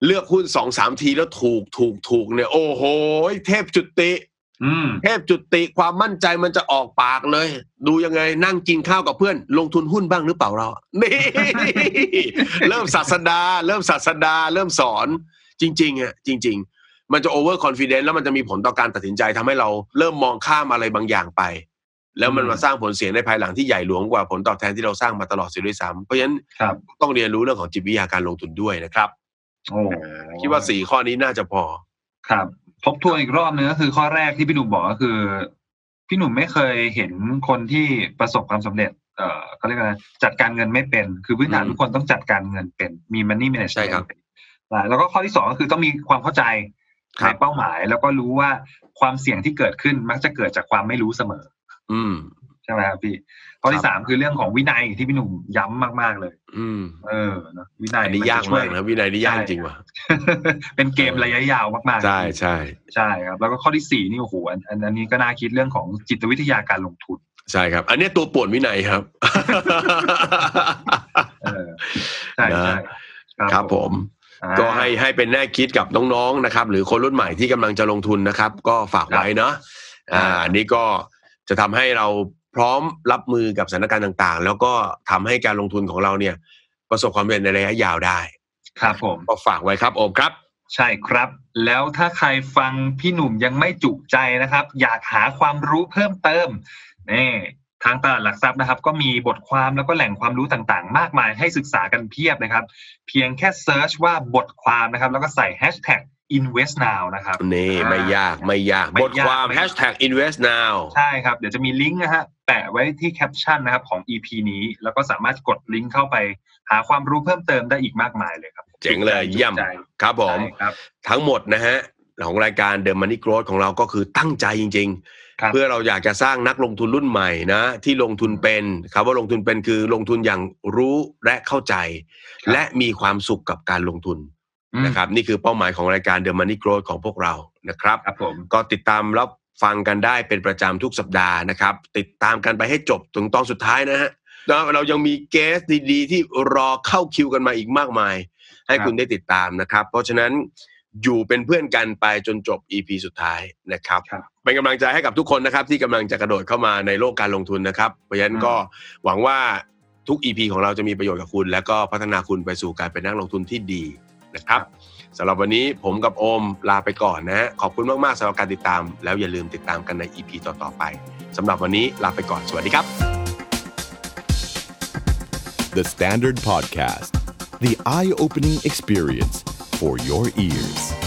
S4: เลือกหุ้นสองสามทีแล้วถูกถูกถูกเนี่ยโอ้โหเทพจุติ
S3: อืม
S4: เทพจุติความมั่นใจมันจะออกปากเลย ดูยังไงนั่งกินข้าวกับเพื่อน ลงทุนหุ้นบ้างหรือเปล่าเรา (laughs) นี่ เริ่มศาสดา เริ่มศาสดา เริ่มสอนจริงๆอะจริง ๆ มันจะโอเวอร์คอนฟ dence แล้วมันจะมีผลต่อการตัดสินใจทำให้เราเริ่มมองข้ามอะไรบางอย่างไป แล้วมัน
S3: อืม
S4: มาสร้างผลเสียในภายหลังที่ใหญ่หลวงกว่าผลตอบแทนที่เราสร้างมาตลอดเสียด้วยซ้ำเพราะฉะนั้น
S3: ครับ
S4: ต้องเรียนรู้เรื่องของจิตวิทยาการลงทุนด้วยนะครับ
S3: โอ้
S4: คิดว่าสี่ข้อนี้น่าจะพอ
S3: ครับทบทวนอีกรอบนึงก็คือข้อแรกที่พี่หนุ่มบอกก็คือ พี่หนุ่มไม่เคยเห็นคนที่ประสบความสำเร็จ เอ่อเขาเรียกอะไรจัดการเงินไม่เป็น คือพื้นฐาน
S4: อืม
S3: ทุกคนต้องจัดการเงินเป็นมี money management
S4: ใช่ครับ
S3: นะแล้วก็ข้อที่สองก็คือต้องมีความเข้าใจ
S4: ครั
S3: ใน
S4: บ
S3: เป้าหมาย แล้วก็รู้ว่าความเสี่ยงที่เกิดขึ้นมักจะเกิดจากความไม่รู้เสมอ
S4: อืม
S3: ใช่ไหมครับพี่ ข้อ
S4: ครั
S3: ที่
S4: บ
S3: สามคือเรื่องของวินัยที่พี่หนุ่มย้ำมาก ๆเลย
S4: อืม
S3: เออเนอะวินัย
S4: อันนี้
S3: จะ
S4: ยาก
S3: ช่ว
S4: มากนะวินัยนี่ยาก
S3: ใช่
S4: จริงว่ะ
S3: เป็นเกมระยะยาวมากๆ
S4: ใช่ใช่
S3: ใช่ครับ แล้วก็ข้อที่สี่นี่โอ้โหอันอันอันนี้ก็น่าคิดเรื่องของจิตวิทยาการลงทุน
S4: ใช่ครับ อันเนี้ยตัวป่วนวินัยครับ (laughs)
S3: เออใช่ใช่
S4: ครับผม
S3: อ่า
S4: ก็ให้ให้เป็นแน่คิดกับน้องๆนะครับ หรือคนรุ่นใหม่ที่กำลังจะลงทุนนะครับ ก็ฝากไว้เนาะอ่าอันนี้ก็จะทำให้เราพร้อมรับมือกับสถานการณ์ต่างๆ แล้วก็ทำให้การลงทุนของเราเนี่ย ประสบความสำเร็จในระยะยาวได้
S3: ครับผม
S4: ก็ฝากไว้ครับโอมครับ
S3: ใช่ครับ แล้วถ้าใครฟังพี่หนุ่มยังไม่จุใจนะครับ อยากหาความรู้เพิ่มเติมนี่ทางตลาดหลักทรัพย์นะครับ ก็มีบทความแล้วก็แหล่งความรู้ต่างๆ มากมายให้ศึกษากันเพียบนะครับ เพียงแค่เซิร์ชว่าบทความนะครับ แล้วก็ใส่ hashtag invest now นะครับ
S4: นี่ไม่ยากไม่ยาก
S3: ไม่
S4: บ
S3: ยาก
S4: ทความ
S3: ไม่ยาก
S4: hashtag invest now
S3: ใช่ครับ เดี๋ยวจะมีลิงก์นะฮะแปะไว้ที่แคปชั่นนะครับของ EP นี้ แล้วก็สามารถกดลิงก์เข้าไป หาความรู้เพิ่มเติมได้อีกมากมายเลยครับ
S4: เจ๋งเลยเยี่ยม
S3: ใจ
S4: ครับผม
S3: ใช่ครับ
S4: ทั้งหมดนะฮะของรายการ The Money Growth ของเราก็คือตั้งใจจริง
S3: ครับ
S4: ๆ เพื่อเราอยากจะสร้างนักลงทุนรุ่นใหม่นะที่ลงทุนเป็นคำว่าลงทุนเป็นคือลงทุนอย่างรู้และเข้าใจ และมีความสุขกับการลงทุนนะครับนี่คือเป้าหมายของรายการ The Money Growth ของพวกเรานะครับ
S3: ครับผม
S4: ก็ติดตามรับฟังกันได้เป็นประจำทุกสัปดาห์นะครับ ติดตามกันไปให้จบถึงตอนสุดท้ายนะฮะแล้วเรายังมีเกสดีๆ ที่รอเข้าคิวกันมาอีกมากมาย ให้
S3: ครับ
S4: คุณได้ติดตามนะครับ เพราะฉะนั้นอยู่เป็นเพื่อนกันไปจนจบ EP สุดท้ายนะครับ
S3: ครับ
S4: เป็นกำลังใจให้กับทุกคนนะครับ ที่กำลังจะกระโดดเข้ามาในโลกการลงทุนนะครับ เพราะฉะนั้นก็หวังว่าทุก EP ของเราจะมีประโยชน์กับคุณ และก็พัฒนาคุณไปสู่การเป็นนักลงทุนที่ดีนะครับสำหรับวันนี้ผมกับโอมลาไปก่อนนะฮะขอบคุณมากๆสำหรับการติดตาม แล้วอย่าลืมติดตามกันใน EP ต่อๆไปสำหรับวันนี้ลาไปก่อนสวัสดีครับ
S1: The Standard Podcast, the eye opening experience for your ears.